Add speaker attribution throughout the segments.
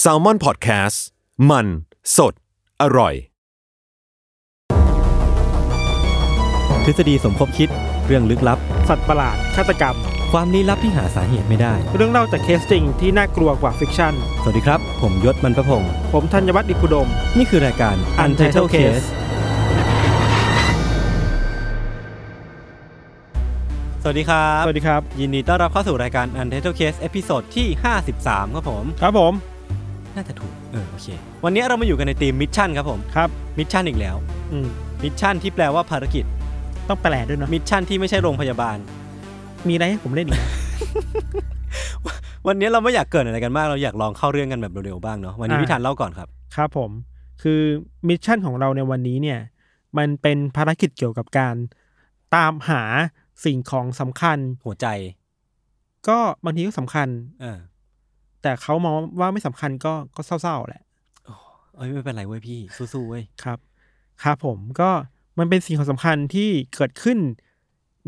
Speaker 1: แซลมอนพอดแคสต์มันสดอร่อย
Speaker 2: ทฤษฎีสมคบคิดเรื่องลึกลับ
Speaker 3: สัตว์ประหลาดฆาตกรรม
Speaker 2: ความลี้ลับที่หาสาเหตุไม่ได้
Speaker 3: เรื่องเล่าจากเคสจริงที่น่ากลัวกว่าฟิกชั่น
Speaker 2: สวัสดีครับ ผมยศมันประพงศ์
Speaker 3: ผมธัญวัฒน์อิพุดม
Speaker 2: นี่คือรายการ Untitled Case สวัสดีครับ
Speaker 3: สวัสดีครับ
Speaker 2: ยินดีต้อนรับเข้าสู่รายการ Untitled Case เอพิโซดที่ 53 ครับผม
Speaker 3: ครับผม
Speaker 2: น่าจะถูก เออ โอเค วันนี้เรามาอยู่กันในทีมมิชชั่นครับผม
Speaker 3: ครับ
Speaker 2: มิชชั่นอีกแล้ว
Speaker 3: อืม
Speaker 2: มิชชั่นที่แปลว่าภารกิจ
Speaker 3: ต้องแปลด้วยเนาะ
Speaker 2: มิชชั่นที่ไม่ใช่โรงพยาบาล
Speaker 3: มีอะไรให้ผมเล่นอีกไหม
Speaker 2: วันนี้เราไม่อยากเกรินอะไรกันมาก เราอยากลองเข้าเรื่องกันแบบเร็วๆบ้างเนาะ วันนี้
Speaker 3: อ่า
Speaker 2: พี่ธันเล่าก่อนครับ
Speaker 3: ครับผม คือมิชชั่นของเราในวันนี้เนี่ย มันเป็นภารกิจเกี่ยวกับการ ตามหาสิ่งของสำคัญ
Speaker 2: หัวใจ
Speaker 3: ก็บางทีก็สำคัญ
Speaker 2: เออ
Speaker 3: แต่เขามองว่าไม่สำคัญก็ก็เศร้าๆแหละ
Speaker 2: เอ้ยไม่เป็นไรเว้ยพี่ สู้ๆเว้ย
Speaker 3: ครับ ครับผมก็มันเป็นสิ่งของสำคัญที่เกิดขึ้น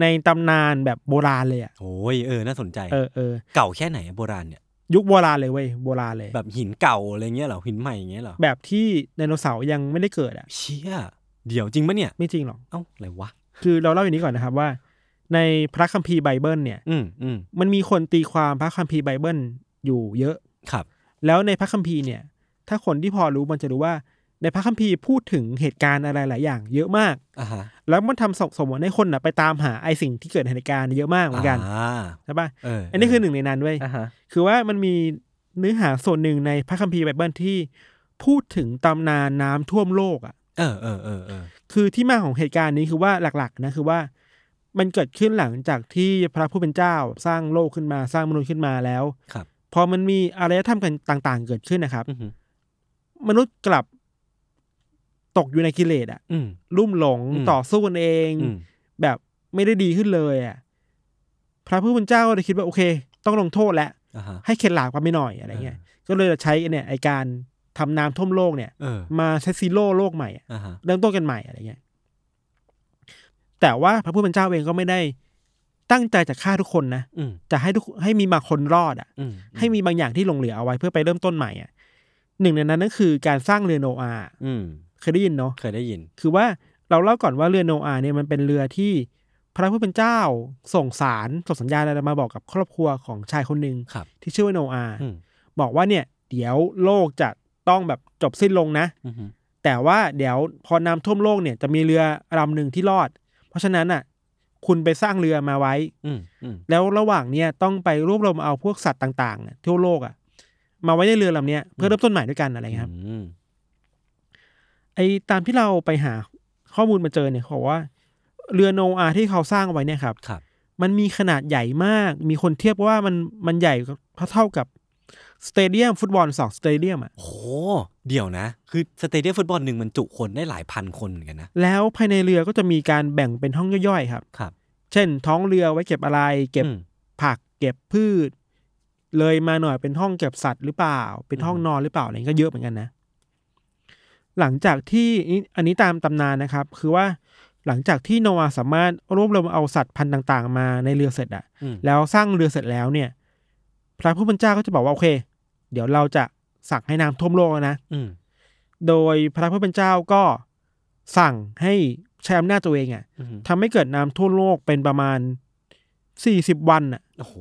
Speaker 3: ในตำนานแบบโบราณเลยอะ
Speaker 2: โอ้ยเออน่าสนใจ
Speaker 3: เออเออ
Speaker 2: เก่าแค่ไหนอะโบราณเนี่ย
Speaker 3: ยุคโบราณเลยเว้ยโบราณเลย
Speaker 2: แบบหินเก่าอะไรเงี้ยเหรอหินใหม่อย่างเงี้ยเหรอ
Speaker 3: แบบที่ไดโนเสาร์ยังไม่ได้เกิดอ่ะ
Speaker 2: เชี่ยเดี๋ยวจริงปะเนี่ย
Speaker 3: ไม่จริงหรอก
Speaker 2: เอ้าอะไรวะ
Speaker 3: คือเราเล่าอย่างนี้ก่อนนะครับว่า ในพระคัมภีร์ไบเบิลเนี่ย
Speaker 2: อืมอืม
Speaker 3: มันมีคนตีความพระคัมภีร์ไบเบิลอยู่เยอะ
Speaker 2: ครับ
Speaker 3: แล้วในพระคัมภีร์เนี่ย ถ้าคนที่พอรู้มันจะรู้ว่า ในพระคัมภีร์พูดถึงเหตุการณ์อะไรหลายอย่าง เยอะมาก
Speaker 2: อ่าฮะ
Speaker 3: แล้วมันทำส่งสมผลให้คนน่ะไปตามหาไอสิ่งที่เกิดในเหตุการณ์เยอะมากเหมือนกัน
Speaker 2: อ่า
Speaker 3: ใช่ปะ
Speaker 2: เออ
Speaker 3: อันนี้คือหนึ่งในนั้นเว้ย
Speaker 2: อ่าฮะ
Speaker 3: คือว่ามันมีเนื้อหาส่วนหนึ่งในพระคัมภีร์ไบเบิลที่พูดถึงตำนานน้ำท่วมโลกอ่ะ
Speaker 2: เออเออเออเออ
Speaker 3: คือที่มาของเหตุการณ์นี้คือว่าหลักๆนะคือว่า มันเกิดขึ้นหลังจากที่พระผู้เป็นเจ้าสร้างโลกขึ้นมาสร้างมนุษย์ขึ้นมาแล้ว
Speaker 2: ครับ
Speaker 3: พอมันมีอารยธรรมกันต่างๆ เกิดขึ้นนะครับ
Speaker 2: อือหือ
Speaker 3: มนุษย์กลับตกอยู่ในกิเลสอะ
Speaker 2: อืม
Speaker 3: ลุ่มหลง
Speaker 2: อืม
Speaker 3: ต่อสู้กันเอง
Speaker 2: อืม
Speaker 3: แบบไม่ได้ดีขึ้นเลยอะพระผู้เป็นเจ้าก็เลยคิดว่าโอเค ต้องลงโทษแล้ว
Speaker 2: อ่าฮะ
Speaker 3: ให้เข็ดหลาบกันไปหน่อยอะไรเงี้ย ก็เลยจะใช้เนี่ยไอการทำน้ำท่วมโลกเนี่ย
Speaker 2: เออ
Speaker 3: มาใช้ซีโร่โลกใหม่อะ
Speaker 2: อ่าฮะ
Speaker 3: เริ่มต้นกันใหม่อะไรเงี้ย แต่ว่าพระผู้เป็นเจ้าเองก็ไม่ได้ตั้งใจจะฆ่าทุกคนนะ
Speaker 2: อืม
Speaker 3: จะให้ทุกให้มีบางคนรอดอ่ะ
Speaker 2: อืม
Speaker 3: ให้มีบางอย่างที่หลงเหลือเอาไว้เพื่อไปเริ่มต้นใหม่อ่ะ หนึ่งในนั้นก็คือการสร้างเรือโนอาห์
Speaker 2: อืม
Speaker 3: เคยได้ยินเนาะ
Speaker 2: เคยได้ยิน
Speaker 3: คือว่าเราเล่าก่อนว่าเรือโนอาห์เนี่ยมันเป็นเรือที่พระผู้เป็นเจ้าส่งสารส่งสัญญาณอะไรมาบอกกับครอบครัวของชายคนหนึ่ง
Speaker 2: ครับ
Speaker 3: ที่ชื่อว่าโนอาห์
Speaker 2: อืม
Speaker 3: บอกว่าเนี่ย เดี๋ยวโลกจะต้องแบบจบสิ้นลงนะ
Speaker 2: อือหือ
Speaker 3: แต่ว่าเดี๋ยวพอน้ำท่วมโลกเนี่ยจะมีเรือลำหนึ่งที่รอด เพราะฉะนั้นอ่ะ คุณไปสร้างเรือมาไว้
Speaker 2: อืมอืม
Speaker 3: แล้วระหว่างเนี่ยต้องไปรวบรวมเอาพวกสัตว์ต่างๆน่ะทั่วโลกอ่ะ มาไว้ในเรือลำเนี้ยเพื่อเริ่มต้นใหม่ด้วยกันอะไรเงี้ยครับ
Speaker 2: อืม
Speaker 3: ไอ้ตามที่เราไปหาข้อมูลมาเจอเนี่ยเขาบอกว่า เรือโนอาห์ที่เขาสร้างไว้เนี่ยครับ
Speaker 2: ครับ
Speaker 3: มันมีขนาดใหญ่มาก มีคนเทียบว่ามันมันใหญ่เท่ากับสเตเดียมฟุตบอลสองสเตเดียมอ่ะ
Speaker 2: โหเดี๋ยวนะ คือสเตเดียมฟุตบอลหนึ่งมันจุคนได้หลายพันคนเหมือนกันนะ
Speaker 3: แล้วภายในเรือก็จะมีการแบ่งเป็นห้องย่อยๆครับ
Speaker 2: ครับ
Speaker 3: เช่น ท้องเรือไว้เก็บอะไร เก็บ
Speaker 2: อืม
Speaker 3: ผัก เก็บพืช เลยมาหน่อยเป็นห้องเก็บสัตว์หรือเปล่า เป็น
Speaker 2: อืม
Speaker 3: ห้องนอนหรือเปล่าอะไรก็เยอะเหมือนกันนะ หลังจากที่นี่อันนี้ตามตำนานนะครับ คือว่าหลังจากที่โนอาห์สามารถรวบรวมเอาสัตว์พันธุ์ต่าง ๆ มาในเรือเสร็จอะ
Speaker 2: อืม
Speaker 3: แล้วสร้างเรือเสร็จแล้วเนี่ย พระผู้เป็นเจ้าก็จะบอกว่าโอเค เดี๋ยวเราจะสั่งให้น้ำท่วมโลกแล้วนะ
Speaker 2: อืม
Speaker 3: โดยพระผู้เป็นเจ้าก็สั่งให้ใช้อำนาจตัวเองอะ
Speaker 2: อือหือ
Speaker 3: ทำให้เกิดน้ำท่วมโลกเป็นประมาณ 40 วันน่ะ
Speaker 2: โอ้โห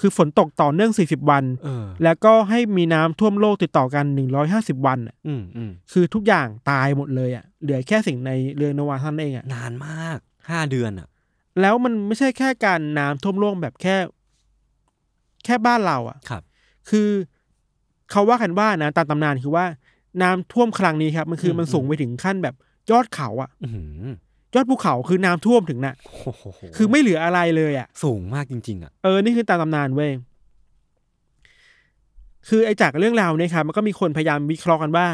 Speaker 3: คือฝนตกต่อเนื่อง 40 วัน
Speaker 2: เออ
Speaker 3: แล้วก็ให้มีน้ำท่วมโลกติดต่อกัน 150 วันน่ะ
Speaker 2: อืมอืม
Speaker 3: คือทุกอย่างตายหมดเลยอ่ะ เหลือแค่สิ่งในเรือโนวาเท่านั้นเองอ่ะ
Speaker 2: นานมากห้าเดือนอ่ะ
Speaker 3: แล้วมันไม่ใช่แค่การน้ำท่วมโลกแบบแค่ แค่บ้านเราอ่ะ
Speaker 2: ครับ
Speaker 3: คือเขาว่ากันว่านะตามตำนานคือว่าน้ำท่วมครั้งนี้ครับ มันคือ
Speaker 2: ม
Speaker 3: มันสูง
Speaker 2: อืม
Speaker 3: ไปถึงขั้นแบบยอดเขาอ่ะ
Speaker 2: อื้อหือย
Speaker 3: อดภูเขาคือน้ำท่วมถึงน่ะ
Speaker 2: โอ้โห
Speaker 3: คือไม่เหลืออะไรเลยอ่ะ
Speaker 2: สูงมากจริง ๆ อ่ะ
Speaker 3: เออ นี่คือตามตำนานเว้ย คือไอ้จากเรื่องราวเนี่ยครับมันก็มีคนพยายามวิเคราะห์กันว่า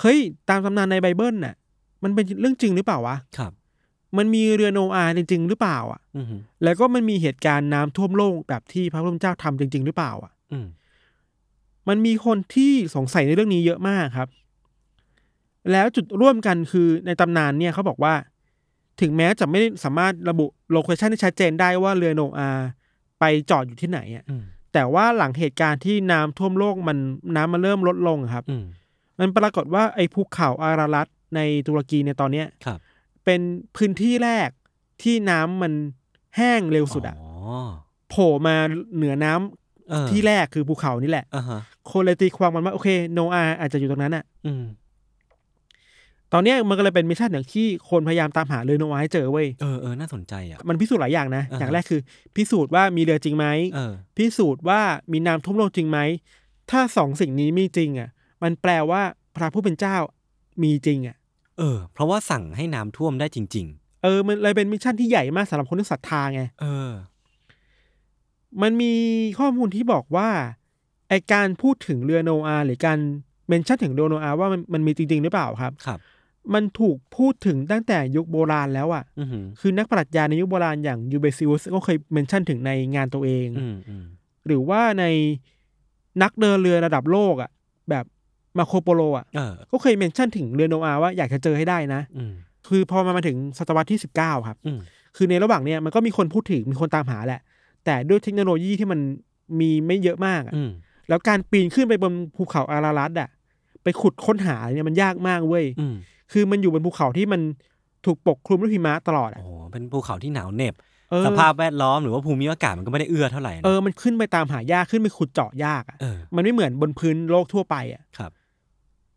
Speaker 3: เฮ้ย ตามตำนานในไบเบิลน่ะ มันเป็นเรื่องจริงหรือเปล่าวะ
Speaker 2: ครับ
Speaker 3: มันมีเรือโนอาห์จริง ๆ หรือเปล่าอ่ะ
Speaker 2: อือหือ
Speaker 3: แล้วก็มันมีเหตุการณ์น้ำท่วมโลกแบบที่พระพุทธเจ้าทำจริง ๆ หรือเปล่าอ่ะ
Speaker 2: อืม
Speaker 3: มันมีคนที่สงสัยในเรื่องนี้เยอะมากครับ แล้วจุดร่วมกันคือในตำนานเนี่ยเขาบอกว่า ถึงแม้จะไม่ได้สามารถระบุโลเคชันที่ชัดเจนได้ว่าเรือโนอาห์ไปจอดอยู่ที่ไหนอ่ะ
Speaker 2: อืม
Speaker 3: แต่ว่าหลังเหตุการณ์ที่น้ำท่วมโลกมันน้ำมันเริ่มลดลงอะครับ
Speaker 2: อืม
Speaker 3: มันปรากฏว่าไอ้ภูเขาอารารัตในตุรกีในตอนเนี้ย
Speaker 2: ครับ
Speaker 3: เป็นพื้นที่แรกที่น้ำมันแห้งเร็วสุดอะ
Speaker 2: อ๋อ
Speaker 3: โผล่มาเหนือน้ำ
Speaker 2: เออ
Speaker 3: ที่แรกคือภูเขานี่แหละ
Speaker 2: อ่าฮะ
Speaker 3: คนเลยตีความมันว่าโอเคโนอาอาจจะอยู่ตรงนั้นอะ
Speaker 2: อืม
Speaker 3: ตอนเนี้ยมันก็เลยเป็นมิชชั่นอย่างที่คนพยายามตามหาเรือโนอาให้เจอเว้ย
Speaker 2: เออเออน่าสนใจอ่ะ
Speaker 3: มันพิสูจน์หลายอย่างนะ
Speaker 2: อ่าฮะ
Speaker 3: อย่างแรกคือ พิสูจน์ว่ามีเรือจริงไหม
Speaker 2: เออ
Speaker 3: พิสูจน์ว่ามีน้ำท่วมโลกจริงไหม ถ้าสองสิ่งนี้มีจริงอ่ะ มันแปลว่าพระผู้เป็นเจ้ามีจริงอ่ะ
Speaker 2: เออ เพราะว่าสั่งให้น้ำท่วมได้จริง
Speaker 3: เออ มันเลยเป็นมิชชั่นที่ใหญ่มากสำหรับคนที่ศรัทธาไง
Speaker 2: ๆ เออ
Speaker 3: มันมีข้อมูลที่บอกว่าไอการพูดถึงเรือโนอาหรือการเมนชั่นถึงเรือโนอาว่ามันมันมีจริง ๆ หรือเปล่าครับ
Speaker 2: ครับ
Speaker 3: มันถูกพูดถึงตั้งแต่ยุคโบราณแล้วอ่ะ
Speaker 2: อือหือ
Speaker 3: คือนักปรัชญาในยุคโบราณอย่างยูเบซิอุสก็เคยเมนชั่นถึงในงานตัวเอง
Speaker 2: อืมอืม
Speaker 3: หรือว่าในนักเดินเรือระดับโลกอ่ะ แบบมาโคโปโลอ่ะ
Speaker 2: เออ
Speaker 3: ก็เคยเมนชั่นถึงเรือโนอาว่าอยากจะเจอให้ได้นะ
Speaker 2: อืม
Speaker 3: คือพอมามาถึงศตวรรษที่ 19 ครับ
Speaker 2: อืม
Speaker 3: คือในระหว่างเนี้ยมันก็มีคนพูดถึงมีคนตามหาแหละ แต่ด้วยเทคโนโลยีที่มันมีไม่เยอะมากอะ
Speaker 2: อืม
Speaker 3: แล้วการปีนขึ้นไปบนภูเขาอารารัตอ่ะ ไปขุดค้นหาเนี่ยมันยากมากเว้ย
Speaker 2: อืม
Speaker 3: คือมันอยู่บนภูเขาที่มันถูกปกคลุมด้วยหิมะตลอด
Speaker 2: โอ้
Speaker 3: อ่ะ
Speaker 2: โหเป็นภูเขาที่หนาวเหน็บ
Speaker 3: เออ
Speaker 2: สภาพแวดล้อมหรือว่าภูมิอากาศมันก็ไม่ได้เอื้อเท่าไหร่นะ
Speaker 3: เออมันขึ้นไปตามหายากขึ้นไปขุดเจาะยากอ่ะ
Speaker 2: เออ
Speaker 3: มันไม่เหมือนบนพื้นโลกทั่วไปอ่ะ
Speaker 2: ครับ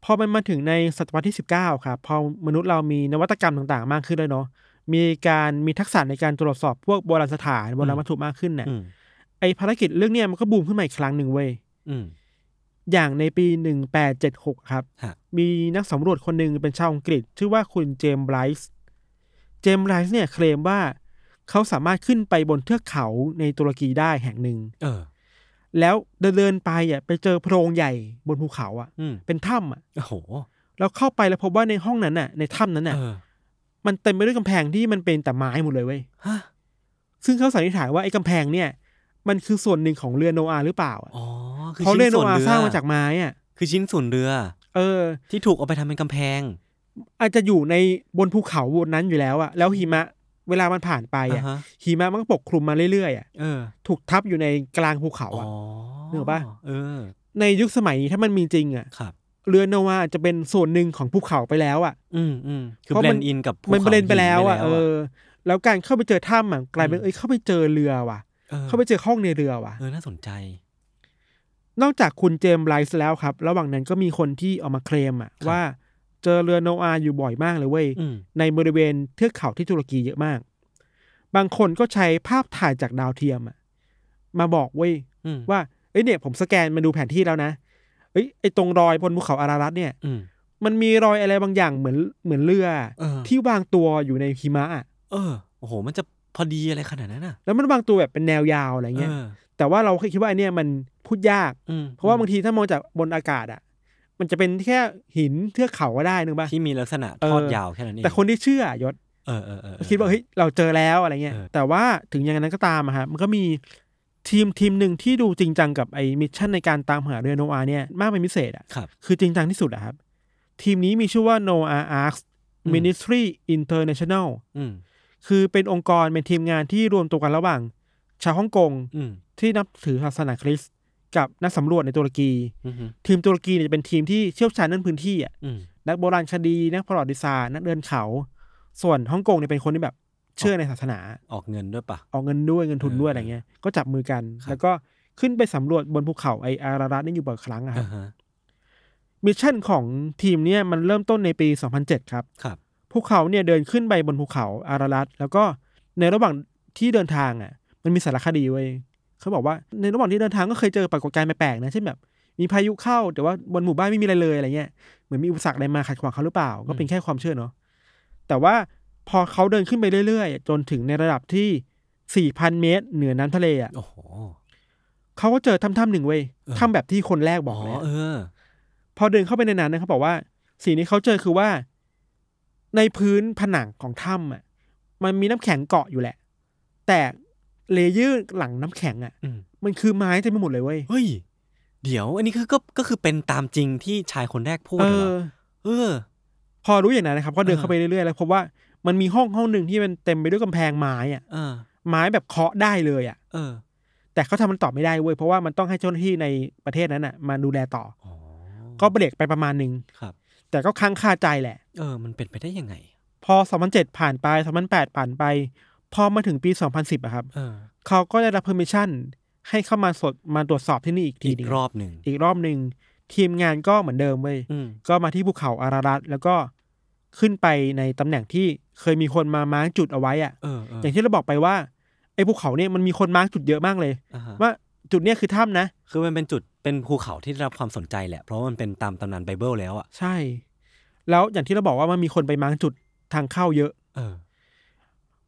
Speaker 3: พอมันมาถึงในศตวรรษที่ 19 ครับ พอมนุษย์เรามีนวัตกรรมต่างๆ มากขึ้นเลยเนาะมีการมีทักษะในการตรวจสอบพวกโบราณสถานโบราณวัตถุมากขึ้นเนี่ย
Speaker 2: อืม
Speaker 3: ไอภารกิจเรื่องเนี้ยมันก็บูมขึ้นมาอีกครั้งหนึ่งเว้ย
Speaker 2: อืม
Speaker 3: อย่างในปี 1876 ครับ
Speaker 2: ฮะ
Speaker 3: มีนักสำรวจคนหนึ่งเป็นชาวอังกฤษ ชื่อว่าคุณเจมส์ไบรส์เจมส์ไบรส์เนี่ยเคลมว่า เขาสามารถขึ้นไปบนเทือกเขาในตุรกีได้แห่งหนึ่ง
Speaker 2: เออ
Speaker 3: แล้วเดินๆไปอ่ะไปเจอโพรงใหญ่บนภูเขาอ่ะ
Speaker 2: อืม
Speaker 3: เป็นถ้ำอ่ะ
Speaker 2: โอ้โห
Speaker 3: แล้วเข้าไปแล้วพบว่าในห้องนั้นน่ะ ในถ้ำนั้นน่ะ
Speaker 2: เออ
Speaker 3: มันเต็มไปด้วยกำแพงที่มันเป็นแต่ไม้หมดเลยเว้ย
Speaker 2: ฮะ
Speaker 3: ซึ่งเขาสันนิษฐานว่าไอ้กำแพงเนี่ย มันคือส่วนหนึ่งของเรือโนอาห์หรือเปล่าอะ
Speaker 2: อ๋อ คือ
Speaker 3: เพราะเรื
Speaker 2: ชิ้
Speaker 3: อนโน
Speaker 2: ส่วน
Speaker 3: อาห์
Speaker 2: เรือ
Speaker 3: สร้างมาจากไม้อ่ะ
Speaker 2: คือชิ้นส่วนเรือ
Speaker 3: เออ
Speaker 2: ที่ถูกเอาไปทำเป็นกำแพง
Speaker 3: อาจจะอยู่ในบนภูเขาบนนั้นอยู่แล้วอ่ะแล้วหิมะเวลามันผ่านไปอ่ะ
Speaker 2: ฮะ
Speaker 3: หิมะมันก็ปกคลุมมาเรื่อยๆอ่ะ
Speaker 2: เออ
Speaker 3: ถูกทับอยู่ในกลางภูเขา
Speaker 2: อ๋อ
Speaker 3: อ่ะ นึกออกปะ
Speaker 2: เออ
Speaker 3: ในยุคสมัยนี้ถ้ามันมีจริงอ่ะ
Speaker 2: ครับ
Speaker 3: เรือโนอาห์อาจจะเป็นส่วนหนึ่งของภูเขาไปแล้วอ่ะ
Speaker 2: อืมอืมคือ
Speaker 3: เพราะ
Speaker 2: เบล
Speaker 3: มัน
Speaker 2: นอินกับภู
Speaker 3: มัน
Speaker 2: ขา
Speaker 3: เบลนไปแล้วอ่ะ
Speaker 2: หิน
Speaker 3: เออ แล้วการเข้าไปเจอถ้ำอ่ะกลายเป็นเอ้ยเข้าไปเจอเรือว่ะ
Speaker 2: ออ
Speaker 3: เข้าไปเจอห้องในเรือว่ะ
Speaker 2: เออ น่าสนใจ
Speaker 3: นอกจากคุณเจมส์ไบรส์แล้วครับ ระหว่างนั้นก็มีคนที่ออกมาเคลมอะ
Speaker 2: ครับ
Speaker 3: ว่าเจอเรือโนอาห์อยู่บ่อยมากเลยเว้ย
Speaker 2: อืม
Speaker 3: ในบริเวณเทือกเขาที่ตุรกีเยอะมาก บางคนก็ใช้ภาพถ่ายจากดาวเทียมอะมาบอกเว้ย
Speaker 2: อืม
Speaker 3: ว่าเอ้ยเนี่ยผมสแกนมาดูแผนที่แล้วนะเอ้ยไอตรงรอยบนภูเขาอารารัตเนี่ย
Speaker 2: อืม
Speaker 3: มันมีรอยอะไรบางอย่างเหมือนเหมือนเรือ
Speaker 2: เออ
Speaker 3: ที่วางตัวอยู่ในหิมะอะ
Speaker 2: เออ โอ้โห มันจะพอดีอะไรขนาดนั้นอ่ะ
Speaker 3: แล้วมันวางตัวแบบเป็นแนวยาวอะไรเงี้ย
Speaker 2: ออ
Speaker 3: แต่ว่าเราคิดว่าไอเนี่ยมันพูดยาก
Speaker 2: อืม
Speaker 3: เพราะว่าบางทีถ้ามองจากบนอากาศอ่ะ มันจะเป็นแค่หินเทือกเขาก็ได้นึกป่ะ
Speaker 2: ที่มีลักษณะ
Speaker 3: เออ
Speaker 2: ทอดยาวแค่นั้นเอง
Speaker 3: แต่คนที่เชื่อยศ
Speaker 2: เออเออเออออ
Speaker 3: คิดว่าเฮ้ยเราเจอแล้วอะไรเงี้ย
Speaker 2: เออ
Speaker 3: แต่ว่าถึงอย่างนั้นก็ตามอะฮะมันก็มีทีมทีมหนึ่งที่ดูจริงจังกับไอ้มิชชั่นในการตามหาเรือโนอาห์เนี่ยมากเป็นพิเศษอ่ะ
Speaker 2: ครับ
Speaker 3: คือจริงจังที่สุดอะครับ ทีมนี้มีชื่อว่า Noah Arks
Speaker 2: อืม
Speaker 3: Ministry International
Speaker 2: อืม
Speaker 3: คือเป็นองค์กรเป็นทีมงานที่รวมตัวกันระหว่าง ชาวฮ่องกง
Speaker 2: อืม
Speaker 3: ที่นับถือศาสนาคริสต์กับนักสำรวจในตุรกี
Speaker 2: อืมอืม
Speaker 3: ทีมตุรกีเนี่ยจะเป็นทีมที่เชี่ยวชาญเรื่องพื้นที่อ่ะ
Speaker 2: อืม
Speaker 3: นักโบราณคดี นักประวัติศาสตร์ นักเดินเขา ส่วนฮ่องกงเนี่ยเป็นคนที่แบบเชื่อในศาสนา
Speaker 2: ออกเงินด้วยปะ
Speaker 3: ออกเงินด้วยเงินทุนด้วยอะไรเงี้ย ก็จับมือกัน
Speaker 2: ครับ
Speaker 3: แล้วก็ขึ้นไปสำรวจบนภูเขาไออารารัตนี่อยู่บ่อยครั้งอะครั
Speaker 2: อ่า
Speaker 3: บ
Speaker 2: ฮะ
Speaker 3: มิชชั่นของทีมเนี่ยมันเริ่มต้นในปี 2007 ครับ
Speaker 2: ครับ
Speaker 3: พวกเขาเนี่ยเดินขึ้นไปบนภูเขาอารารัตแล้วก็ในระหว่างที่เดินทางอ่ะ มันมีสารคดีไว้ยเขาบอกว่าในระหว่างที่เดินทางก็เคยเจอปรากฏการณ์แปลกๆนะเช่นแบบ มีพายุเข้าแต่ว่าบนหมู่บ้านไม่มีอะไรเลยอะไรเงี้ยเหมือนมีอุปสรรคอะไรมาขัดขวางเขาหรือเปล่า ก็เป็นแค่ความเชื่อเนาะแต่ว่าพอเขาเดินขึ้นไปเรื่อยๆ จนถึงในระดับที่ 4,000 เมตร เหนือน้ำทะเลอ่ะ
Speaker 2: โอ้โห
Speaker 3: เขาก็เจอถ้ำๆหนึ่งเว้ย
Speaker 2: เออ
Speaker 3: ถ้ำแบบที่คนแรกบอกเลย
Speaker 2: อ๋อ
Speaker 3: อะ
Speaker 2: เออ
Speaker 3: พอเดินเข้าไปในนั้นนะเขาบอกว่า สิ่งที่เขาเจอคือว่า ในพื้นผนังของถ้ำอ่ะ มันมีน้ำแข็งเกาะอยู่แหละ แต่เลเยอร์หลังน้ำแข็งอ่ะ
Speaker 2: อืม
Speaker 3: มันคือไม้เต็มไปหมดเลยเว้ย
Speaker 2: เฮ้ย เดี๋ยว อันนี้คือก็ก็คือเป็นตามจริงที่ชายคนแรกพูด
Speaker 3: เอ
Speaker 2: เหร
Speaker 3: อ
Speaker 2: อเออ
Speaker 3: พอรู้อย่างนั้นนะครับ ก็เดิน
Speaker 2: เออ
Speaker 3: เข้าไปเรื่อยๆแล้วพบว่ามันมีห้องห้องหนึ่งที่มันเต็มไปด้วยกำแพงไม้อ่ะ
Speaker 2: เออ
Speaker 3: ไม้แบบเคาะได้เลยอ่ะ
Speaker 2: เออ
Speaker 3: แต่เขาทำมันต่อไม่ได้เว้ยเพราะว่ามันต้องให้เจ้าหน้าที่ในประเทศนั้นอ่ะมาดูแลต่อ
Speaker 2: อ๋อ
Speaker 3: ก็เบรกไปประมาณหนึ่ง
Speaker 2: ครับ
Speaker 3: แต่ก็ค้างคาใจแหละ
Speaker 2: เออมันเป็นไปได้ยังไง
Speaker 3: พอ 2007 ผ่านไป 2008 ผ่านไป พอมาถึงปี 2010อะครับ
Speaker 2: เออ
Speaker 3: เขาก็ได้รับ permission ให้เข้ามาสดมาตรวจสอบที่นี่อีกที
Speaker 2: อีก
Speaker 3: หนึ่ง
Speaker 2: รอบหนึ่ง
Speaker 3: อีกรอบหนึ่งทีมงานก็เหมือนเดิมเว้ย
Speaker 2: อืม
Speaker 3: ก็มาที่ภูเขาอารารัตแล้วก็ขึ้นไปในตำแหน่งที่เคยมีคนมามาร์กจุดเอาไว้อะ
Speaker 2: เออเออ
Speaker 3: อย่างที่เราบอกไปว่าไอ้ภูเขาเนี่ยมันมีคนมาร์กจุดเยอะมากเลย
Speaker 2: อ่าฮะ
Speaker 3: ว่าจุดเนี้ยคือถ้ำนะ
Speaker 2: คือมันเป็นจุดเป็นภูเขาที่ได้รับความสนใจแหละ เพราะมันเป็นตามตำนานไบเบิลแล้วอ่ะ
Speaker 3: ใช่ แล้วอย่างที่เราบอกว่ามันมีคนไปมาร์กจุดทางเข้าเยอะ
Speaker 2: เออ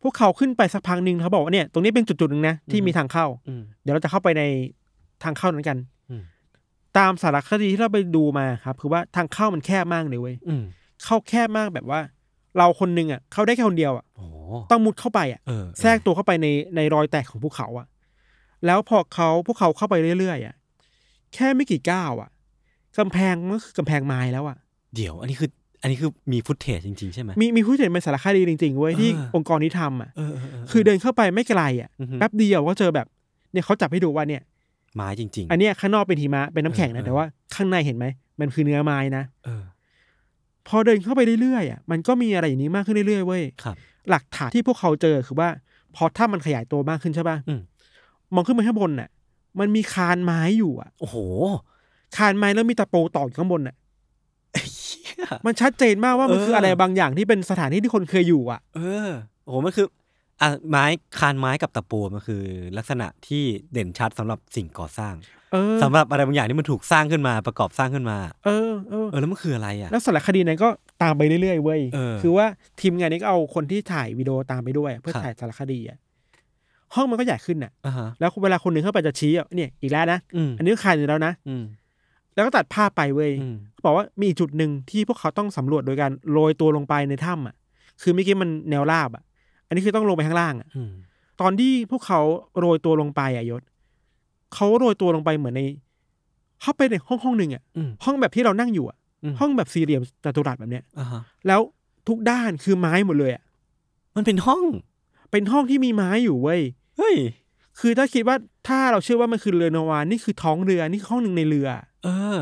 Speaker 3: พวกเขาขึ้นไปสักพักหนึ่งเขาบอกว่าเนี่ยตรงนี้เป็นจุดจุดๆหนึ่งนะที่
Speaker 2: อือฮึ
Speaker 3: มีทางเข้า
Speaker 2: อืม
Speaker 3: เดี๋ยวเราจะเข้าไปในทางเข้านั้นกัน
Speaker 2: อืม
Speaker 3: ตามสารคดีที่เราไปดูมาครับ คือว่าทางเข้ามันแคบมากเลยเว้ย
Speaker 2: อืม
Speaker 3: เข้าแคบมากแบบว่า เราคนหนึงอ่ะเข้าได้แค่คนเดียวอ่ะ
Speaker 2: โอ้โห
Speaker 3: ต้องมุดเข้าไปอ่ะ
Speaker 2: เออ
Speaker 3: แทรกตัวเข้าไปในในรอยแตกของภูเขาอ่ะ แล้วพอเขาพวกเขาเข้าไปเรื่อยๆอ่ะแค่ไม่กี่ก้าวอ่ะกำแพงมันก็คือกำแพงไม้แล้วอ่ะ
Speaker 2: เดี๋ยว อันนี้คือ อันนี้คือมีฟุตเทจจริง ๆ ใช่ไหม
Speaker 3: มีมีผู้เขียนเป็นสารคดีจริงๆเว้ยที่
Speaker 2: เออ
Speaker 3: องค์กรนี้ทำอ่ะ
Speaker 2: เออเออเออ
Speaker 3: คือเดินเข้าไปไม่ไกลอ่ะ
Speaker 2: อือฮึ
Speaker 3: แป๊บเดียวก็เจอแบบเนี่ยเขาจับให้ดูว่าเนี่ย
Speaker 2: ไม้จริง ๆ
Speaker 3: อันเนี้ยข้างนอกเป็นหิมะเป็นน้ำแข็ง
Speaker 2: เออ
Speaker 3: นะ
Speaker 2: เออ
Speaker 3: แต่ว่าข้างในเห็นไหมมันคือเนื้อไม้นะ
Speaker 2: เออ
Speaker 3: พอเดินเข้าไปเรื่อยๆอ่ะมันก็มีอะไรอย่างนี้มากขึ้นเรื่อยๆเว้ย
Speaker 2: ครับ
Speaker 3: หลักฐานที่พวกเขาเจอคือว่า พอถ้ามันขยายตัวมากขึ้นใช่ป่ะ
Speaker 2: อืม
Speaker 3: มองขึ้นไปข้างบนน่ะ มันมีคานไม้อยู่อ่ะ
Speaker 2: โอ้โห
Speaker 3: คานไม้แล้วมีตะปูตอกอยู่ข้างบนน่ะ
Speaker 2: เหี้ย
Speaker 3: มันชัดเจนมากว่ามัน
Speaker 2: เออ
Speaker 3: คืออะไรบางอย่างที่เป็นสถานที่ที่คนเคยอยู่อ่ะ
Speaker 2: เออโอ้โหมันคืออ่ะไม้คานไม้กับตะปูมันคือ ลักษณะที่เด่นชัดสำหรับสิ่งก่อสร้าง
Speaker 3: เออ
Speaker 2: สำหรับอะไรบางอย่างที่มันถูกสร้างขึ้นมาประกอบสร้างขึ้นมา
Speaker 3: เออเออ
Speaker 2: เออแล้วมันคืออะไรอ่ะ
Speaker 3: แล้วสารคดีนั้นก็ตามไปเรื่อยๆเว้ย
Speaker 2: เออ
Speaker 3: คือว่าทีมงานนี้ก็เอาคนที่ถ่ายวิดีโอตามไปด้วย เพื่อ
Speaker 2: ครับ
Speaker 3: ถ่ายสารคดีอ่ะ ห้องมันก็ใหญ่ขึ้นอ่ะ
Speaker 2: อ่าฮะ
Speaker 3: แล้วเวลาคนหนึ่งเข้าไปจะชี้อ่ะเนี่ยอีกแล้วนะ
Speaker 2: อืม
Speaker 3: อันนี้ก็คานอยู่แล้วนะ
Speaker 2: อืม
Speaker 3: แล้วก็ตัดภาพไปเว้ย
Speaker 2: อืม
Speaker 3: เขาบอกว่ามีอีกจุดหนึ่งที่พวกเขาต้องสำรวจโดยการโรยตัวลงไปในถ้ำอ่ะ คือเมื่อกี้มันแนวราบอ่ะ อันนี้คือต้องลงไปข้างล่างอ่ะ
Speaker 2: อืม
Speaker 3: ตอนที่พวกเขาโรยตัวลงไปอ่ะยศเขาโรยตัวลงไปเหมือนใน เข้าไปในห้องห้องหนึ่งอ่ะ
Speaker 2: อืม
Speaker 3: ห้องแบบที่เรานั่งอยู่อ่ะ
Speaker 2: ม
Speaker 3: ห้องแบบสี่เหลี่ยมจัตุรัสแบบเนี้ย
Speaker 2: อ่าฮะ
Speaker 3: แล้วทุกด้านคือไม้หมดเลยอ่ะ
Speaker 2: มันเป็นห้อง
Speaker 3: เป็นห้องที่มีไม้อยู่เว้ย
Speaker 2: เฮ้ย
Speaker 3: คือถ้าคิดว่าถ้าเราเชื่อว่ามันคือเรือโนวา นี่คือท้องเรือ นี่คือห้องหนึ่งในเรือ
Speaker 2: เออ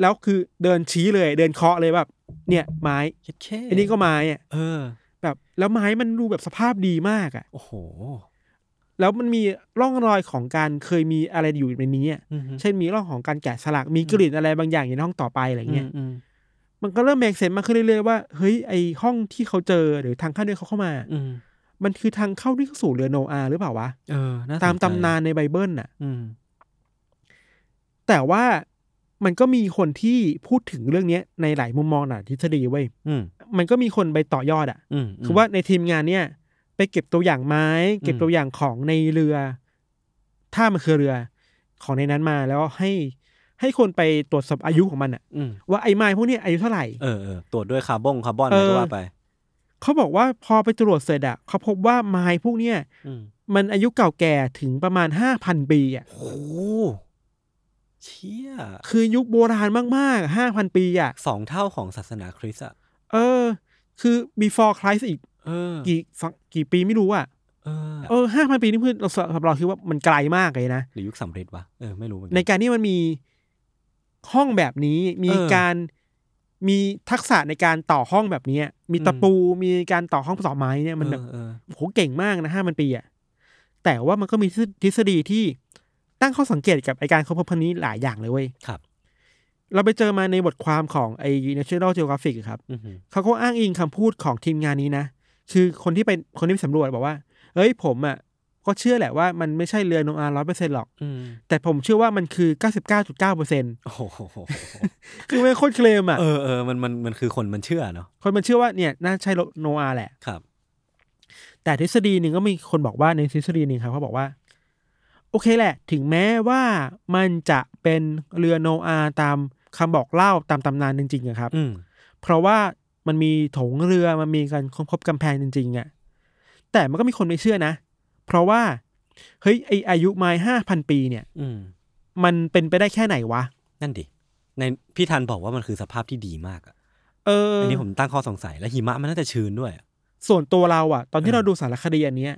Speaker 3: แล้วคือเดินชี้เลย เดินเคาะเลยแบบ เนี่ยไม้
Speaker 2: เย็ดแค่
Speaker 3: อันนี้ก็ไม้อะ
Speaker 2: เออ
Speaker 3: แบบ แล้วไม้มันดูแบบสภาพดีมากอ่ะ
Speaker 2: โอ้โห
Speaker 3: แล้วมันมีร่องรอยของการเคยมีอะไรอยู่ในนี้อะ
Speaker 2: อืม
Speaker 3: เช่นมีร่องของการแกะสลัก มีกลิ่นอะไรบางอย่างอยู่ในห้องต่อไปอะไรเงี้ย
Speaker 2: อืม
Speaker 3: มันก็เริ่มแมงเซนมากขึ้นเรื่อยๆว่า เฮ้ย ไอห้องที่เขาเจอหรือทางเข้าที่เขาเข้ามา
Speaker 2: อืม
Speaker 3: มันคือทางเข้าที่เข้าสู่เรือโนอาห์หรือเปล่าวะ
Speaker 2: เออน่สใจ
Speaker 3: ตามตำนานในไบเบิลน่ะ
Speaker 2: อืม
Speaker 3: แต่ว่ามันก็มีคนที่พูดถึงเรื่องเนี้ยในหลายมุมมองหลายทฤษฎีเว้ย
Speaker 2: อืม
Speaker 3: มันก็มีคนไปต่อยอดอ่ะ
Speaker 2: อืมม
Speaker 3: คือว่าในทีมงานเนี่ย ไปเก็บตัวอย่างไม้ เก็บ
Speaker 2: อืม
Speaker 3: ตัวอย่างของในเรือ ถ้ามันคือเรือของในนั้นมาแล้วให้ให้คนไปตรวจสอบอายุของมันอ่ะ
Speaker 2: อืม
Speaker 3: ว่าไอ้ไม้พวกเนี้ยอายุเท่าไหร่
Speaker 2: เออเออตรวจด้วยคาร์บอนคาร์บอนอะไรก็ว่าไป
Speaker 3: เขาบอกว่าพอไปตรวจเสร็จอ่ะเขาพบว่าไม้พวกเนี้ย
Speaker 2: อืม
Speaker 3: มันอายุเก่าแก่ถึงประมาณห้าพันปีอ่ะ
Speaker 2: โอ้โหเชี่ย
Speaker 3: คือยุคโบราณมากๆห้าพันปีอ่ะ
Speaker 2: สองเท่าของศาสนาคริสต์อะ
Speaker 3: เออ คือ before Christ อีก
Speaker 2: เออ
Speaker 3: กี่สองกี่ปีไม่รู้อ่ะ
Speaker 2: เออ
Speaker 3: เออห้าพันปีนี่เพื่อนเราสำหรับเราคิดว่ามันไกลมากเลยนะ
Speaker 2: หรือยุคสำเร็จวะเออไม่รู้เหมือน
Speaker 3: ใน
Speaker 2: กั
Speaker 3: การที่มันมีห้องแบบนี้ มี
Speaker 2: เออ
Speaker 3: การมีทักษะในการต่อห้องแบบเนี้ยมีตะ
Speaker 2: อืม
Speaker 3: ปูมีการต่อห้องต่อไม้เนี่ยมันแบบ
Speaker 2: เออเออ
Speaker 3: โหเก่งมากนะห้าพันปีอ่ะแต่ว่ามันก็มีทฤษฎีที่ตั้งข้อสังเกตกับไอการค้นพบพันนี้หลายอย่างเลยเว้ย
Speaker 2: ครับ
Speaker 3: เราไปเจอมาในบทความของไอ National Geographic ครับ
Speaker 2: อือหือ
Speaker 3: เขาก็อ้างอิงคำพูดของทีมงานนี้นะ คือคนที่เป็นคนที่ไปสำรวจบอกว่า เอ้ยผมอ่ะก็เชื่อแหละว่ามันไม่ใช่เรือโนอาร้อยเปอร์เซ็นต์หรอก
Speaker 2: อืม
Speaker 3: แต่ผมเชื่อว่ามันคือเก้าสิบเก้าจุดเก้าเปอร์เซ็นต์
Speaker 2: โอ้โห
Speaker 3: คือไม่โคตรเคลมอ่ะ
Speaker 2: เออเออมันมันมันคือคนมันเชื่อเนาะ
Speaker 3: คนมันเชื่อว่าเนี่ยน่าใช่โนอาแหละ
Speaker 2: ครับ
Speaker 3: แต่ทฤษฎีหนึ่งก็มีคนบอกว่าในทฤษฎีหนึ่งครับเขาบอกว่า โอเคแหละ ถึงแม้ว่ามันจะเป็นเรือโนอาตามคำบอกเล่าตามตำนานจริงๆอะครับ
Speaker 2: อืม
Speaker 3: เพราะว่ามันมีโถงเรือมันมีการค้นพบกำแพงจริงๆอะ่ะแต่มันก็มีคนไม่เชื่อนะ เพราะว่าเฮ้ยไออายุไม้ห้าพันปีเนี่ย
Speaker 2: อืม
Speaker 3: มันเป็นไปได้แค่ไหนวะ
Speaker 2: นั่นดิในพี่ทันบอกว่ามันคือสภาพที่ดีมากอะ
Speaker 3: เออ
Speaker 2: อั
Speaker 3: อั
Speaker 2: นนี้ผมตั้งข้อสงสัยแล้วหิมะมันน่าจะชื้นด้วยอะ
Speaker 3: ส่วนตัวเราอะ่ะ ตอนที่
Speaker 2: เออ
Speaker 3: เราดูสารคดีอันเนี้ย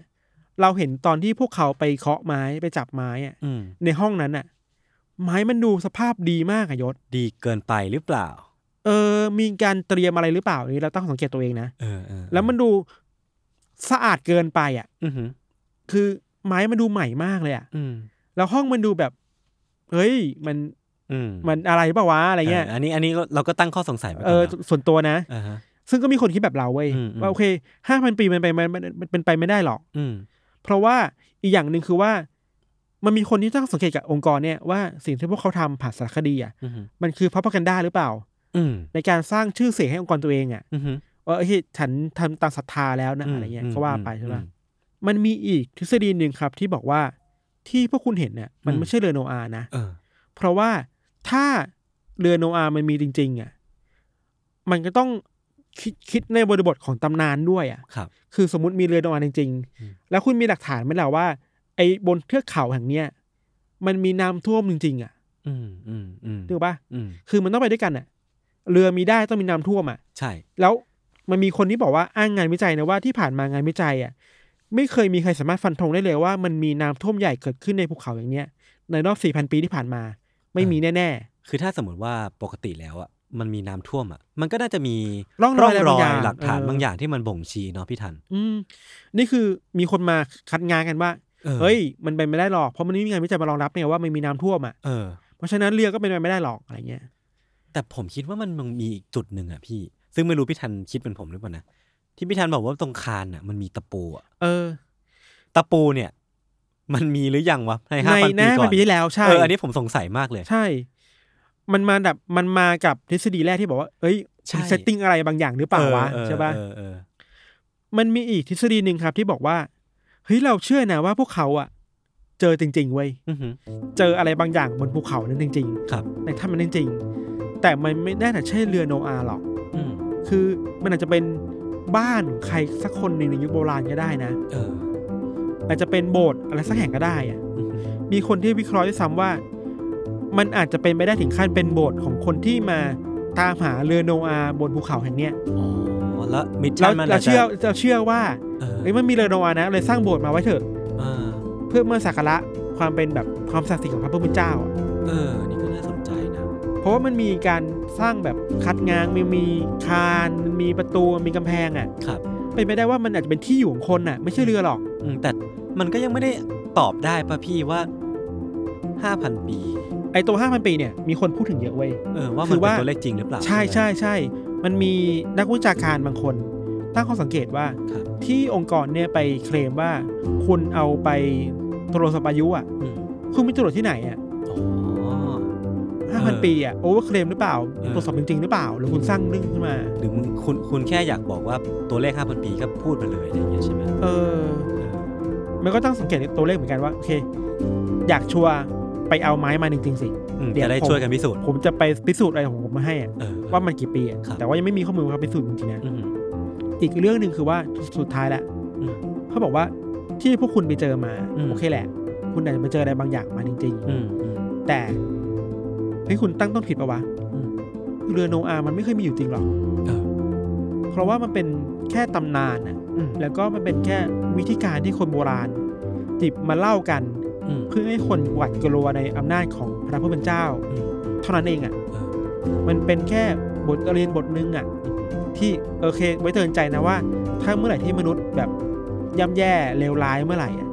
Speaker 3: เราเห็นตอนที่พวกเขาไปเคาะไม้ไปจับไม้อะ
Speaker 2: อืม
Speaker 3: ในห้องนั้นอะไม้มันดูสภาพดีมากอะยศ
Speaker 2: ดีเกินไปหรือเปล่า
Speaker 3: เออ มีการเตรียมอะไรหรือเปล่าอันนี่เราต้องสังเกตตัวเองนะ
Speaker 2: เออเออ
Speaker 3: แล้วมันดูสะอาดเกินไปอ่ะ
Speaker 2: อือหือ
Speaker 3: คือไม้มันดูใหม่มากเลยอ่ะ
Speaker 2: อืม
Speaker 3: แล้วห้องมันดูแบบ เฮ้ย มัน
Speaker 2: อืม
Speaker 3: มันอะไรเปล่าวะอะไรเงี้ย
Speaker 2: อันนี้อันนี้ก็เราก็ตั้งข้อสงสัยไปก่
Speaker 3: เอ
Speaker 2: อน
Speaker 3: อ
Speaker 2: นะ
Speaker 3: ส่วนตัวนะ
Speaker 2: อ่าฮะ
Speaker 3: ซึ่งก็มีคนคิดแบบเราเว้ย
Speaker 2: อืมอืม
Speaker 3: ว่าโอเคห้าพันปีมันไปมันมันมันเป็นไปไม่ได้หรอก
Speaker 2: อืม
Speaker 3: เพราะว่าอีกอย่างหนึ่งคือว่า มันมีคนที่ตั้งสังเกตกับองค์กรเนี่ยว่าสิ่งที่พวกเขาทำผ่านสารคดีอ่ะ
Speaker 2: อือหือ
Speaker 3: มันคือพับกันด้าหรือเปล่า
Speaker 2: อืม
Speaker 3: ในการสร้างชื่อเสียงให้องค์กรตัวเองอ่ะ
Speaker 2: อือหือ
Speaker 3: ว่าเอ้ยฉันทำตามศรัทธาแล้วนะ
Speaker 2: ม
Speaker 3: อะไรเงี้ยก็ว่าไปใช่ปะ
Speaker 2: อืม
Speaker 3: มันมีอีกทฤษฎีหนึ่งครับที่บอกว่าที่พวกคุณเห็นเนี่ยมัน
Speaker 2: อืม
Speaker 3: ไม่ใช่เรือโนอาห์นะ
Speaker 2: เออ
Speaker 3: เพราะว่าถ้าเรือโนอาห์มันมีจริงๆอ่ะมันก็ต้องคิดคิดในบริบทของตำนานด้วยอ่ะ
Speaker 2: ครับ
Speaker 3: คือสมมติมีเรือโนอาห์จริง
Speaker 2: อืม
Speaker 3: ๆ แล้วคุณมีหลักฐานไหมล่ะว่า ไอ้บนเทือกเขาแห่งเนี้ยมันมีน้ำท่วมจริง ๆ อ่ะ
Speaker 2: อืมอืมอืม
Speaker 3: ถูกปะ
Speaker 2: อืม
Speaker 3: คือมันต้องไปด้วยกันอ่ะ เรือมีได้ต้องมีน้ำท่วมอ่ะ
Speaker 2: ใช่
Speaker 3: แล้วมันมีคนที่บอกว่าอ้างงานวิจัยนะว่าที่ผ่านมางานวิจัยอ่ะไม่เคยมีใครสามารถฟันธงได้เลยว่ามันมีน้ำท่วมใหญ่เกิดขึ้นในภูเขาอย่างเนี้ย ในรอบ 4,000 ปีที่ผ่านมา ไม่มีแน่
Speaker 2: คือถ้าสมมติว่าปกติแล้วอ่ะมันมีน้ำท่วมอ่ะมันก็น่าจะมี
Speaker 3: ๆร่องรอยอะไรบางอย่าง
Speaker 2: หลักฐาน
Speaker 3: เ
Speaker 2: บางอย่างที่มันบ่งชี้เนาะพี่ทัน
Speaker 3: อืมนี่คือมีคนมาคัดงานกันว่า
Speaker 2: ออ
Speaker 3: เฮ้ย มันเป็นไม่ได้หรอกเพราะมันไม่มีงานวิจัยมารองรับเนี่ยว่ามันมีน้ำท่วมอ่ะ
Speaker 2: เออ
Speaker 3: เพราะฉะนั้นเรือก็เป็นไปไม่ได้หรอกอะไรเงี้ย
Speaker 2: แต่ผมคิดว่ามันมีอีกจุดหนึ่งอ่ะพี่ ซึ่งไม่รู้พี่ทันคิดเป็นผมหรือเปล่านะ ที่พี่ทันบอกว่าตรงคานอ่ะมันมีตะปูอ่ะ
Speaker 3: เออ
Speaker 2: ตะปูเนี่ย มันมีหรือยังวะในห้าพัน
Speaker 3: ใน
Speaker 2: ปี
Speaker 3: ห้า
Speaker 2: ก่
Speaker 3: พั
Speaker 2: อน
Speaker 3: ปีที่แล้วใช่
Speaker 2: เอออันนี้ผมสงสัยมากเลย
Speaker 3: ใช่ มันมาแบบมันมากับทฤษฎีแรกที่บอกว่า เอ้ย
Speaker 2: ใช่
Speaker 3: เซตติ้งอะไรบางอย่างหรือเปล่าวะ
Speaker 2: เออเออ
Speaker 3: ใช่ปะ
Speaker 2: เออเออ
Speaker 3: มันมีอีกทฤษฎีหนึ่งครับที่บอกว่าเฮ้ยเราเชื่อนะว่าพวกเขาอะเจอจริงๆเว้ย
Speaker 2: อื้อหือ
Speaker 3: เจออะไรบางอย่างบนภูเขานั้นจริง
Speaker 2: ครับ
Speaker 3: ๆ ในถ้ำนั้นจริงๆ แต่มันไม่น่าจะใช่เรือโนอาห์หรอก
Speaker 2: อืม
Speaker 3: คือมันอาจจะเป็นบ้านของใครสักคนหนึ่งในยุคโบราณก็ได้นะ
Speaker 2: เออ
Speaker 3: อาจจะเป็นโบสถ์อะไรสักแห่งก็ได้อะ
Speaker 2: อื้อหือ
Speaker 3: มีคนที่วิเคราะห์ด้วยซ้ำว่า มันอาจจะเป็นไปได้ถึงขั้นเป็นโบสถ์ของคนที่มาตามหาเรือโนอาห์บนภูเขาแห่งเนี้ย
Speaker 2: อ๋อแล้วมิช
Speaker 3: เรา
Speaker 2: ชั่นมัน
Speaker 3: เราเชื่อ
Speaker 2: จจะ
Speaker 3: เราเชื่อว่า
Speaker 2: เออ
Speaker 3: เอ้ยมันมีเรือโนอาห์นะเลยสร้างโบสถ์มาไว้เถอะ
Speaker 2: เออ
Speaker 3: เพื่อเมื่อสักการะความเป็นแบบความศักดิ์สิทธิ์ของพระพุทธเจ้าอะ
Speaker 2: เออ นี่ก็น่าสนใจนะ
Speaker 3: เพราะว่ามันมีการสร้างแบบคัดง้างมีมีคานมันมีประตูมีกำแพงอ่ะ
Speaker 2: ครับ
Speaker 3: เป็นไปได้ว่ามันอาจจะเป็นที่อยู่ของคนอ่ะ ไม่ใช่เรือหรอก
Speaker 2: อืมแต่มันก็ยังไม่ได้ตอบได้ป่ะพี่ว่าห้าพันปี
Speaker 3: ไอตัว5,000ปีเนี่ยมีคนพูดถึงเยอะเว้ย
Speaker 2: เออว่า
Speaker 3: คื
Speaker 2: มัน
Speaker 3: อ
Speaker 2: เป็น
Speaker 3: ว่า
Speaker 2: ตัวเลขจริงหรือเปล่า
Speaker 3: ใช่
Speaker 2: ไหม
Speaker 3: ใช่ใช่ มันมีนักวิชาการบางคน ตั้งข้อสังเกตว่า
Speaker 2: ครับ
Speaker 3: ที่องค์กรเนี่ยไปเคลมว่า คุณเอาไปตรวจสอบอายุอ่ะ
Speaker 2: อืม
Speaker 3: คุณไม่ตรวจที่ไหนอ่ะ
Speaker 2: อ๋อ
Speaker 3: ห้าพัน
Speaker 2: เออ
Speaker 3: ปีอ่ะโอเวอร์เคลมหรือเปล่า
Speaker 2: เออ
Speaker 3: ตรวจสอบจริงๆหรือเปล่า หรือคุณสร้างเรื่องขึ้นมา
Speaker 2: หรือมึงคุณคุณแค่อยากบอกว่าตัวเลข 5,000 ปีก็พูดมาเลยอะไรอย่างเงี้ยใช่ไหม
Speaker 3: เออ
Speaker 2: เออ
Speaker 3: มันก็ต้องสังเกตตัวเลขเหมือนกันว่าโอเค อยากชัวร์ไปเอาไม้มาจริงๆสิ
Speaker 2: อืม
Speaker 3: เดี๋ยว
Speaker 2: จะได้ช่วยกันพิสูจน์
Speaker 3: ผมจะไปพิสูจน์อะไรของผมมาให้อ่ะ
Speaker 2: เออ
Speaker 3: ว่ามันกี่ปีอ่ะ
Speaker 2: ครับ
Speaker 3: แต่ว่ายังไม่มีข้อมูลว่าพิสูจน์จริงๆนะ
Speaker 2: อืม
Speaker 3: อีกเรื่องหนึ่งคือว่าสุดท้ายแล้ว
Speaker 2: อืม
Speaker 3: เขาบอกว่าที่พวกคุณไปเจอมา
Speaker 2: อืม
Speaker 3: โอเคแหละ คุณอาจจะไปเจออะไรบางอย่างมาจริง
Speaker 2: อืมอืม
Speaker 3: ๆ แต่เฮ้ยคุณตั้งต้นผิดปะวะ
Speaker 2: อืม
Speaker 3: เรือโนอาห์มันไม่เคยมีอยู่จริงหรอก
Speaker 2: เออ
Speaker 3: เพราะว่ามันเป็นแค่ตำนานนะ
Speaker 2: อืม
Speaker 3: แล้วก็มันเป็นแค่วิธีการที่คนโบราณจิบมาเล่ากัน
Speaker 2: อืม
Speaker 3: เพื่อให้คนหวาดกลัวในอำนาจของพระผู้เป็นเจ้า
Speaker 2: อืม
Speaker 3: เท่านั้นเองอะ่ะ
Speaker 2: เออ
Speaker 3: มันเป็นแค่บทเรียนบทหนึงอะ่ะ ที่โอเค ไว้เตือนใจนะว่า ถ้าเมื่อไหร่ที่มนุษย์แบบย่ำแย่เลวร้ายเมื่อไหร่อะ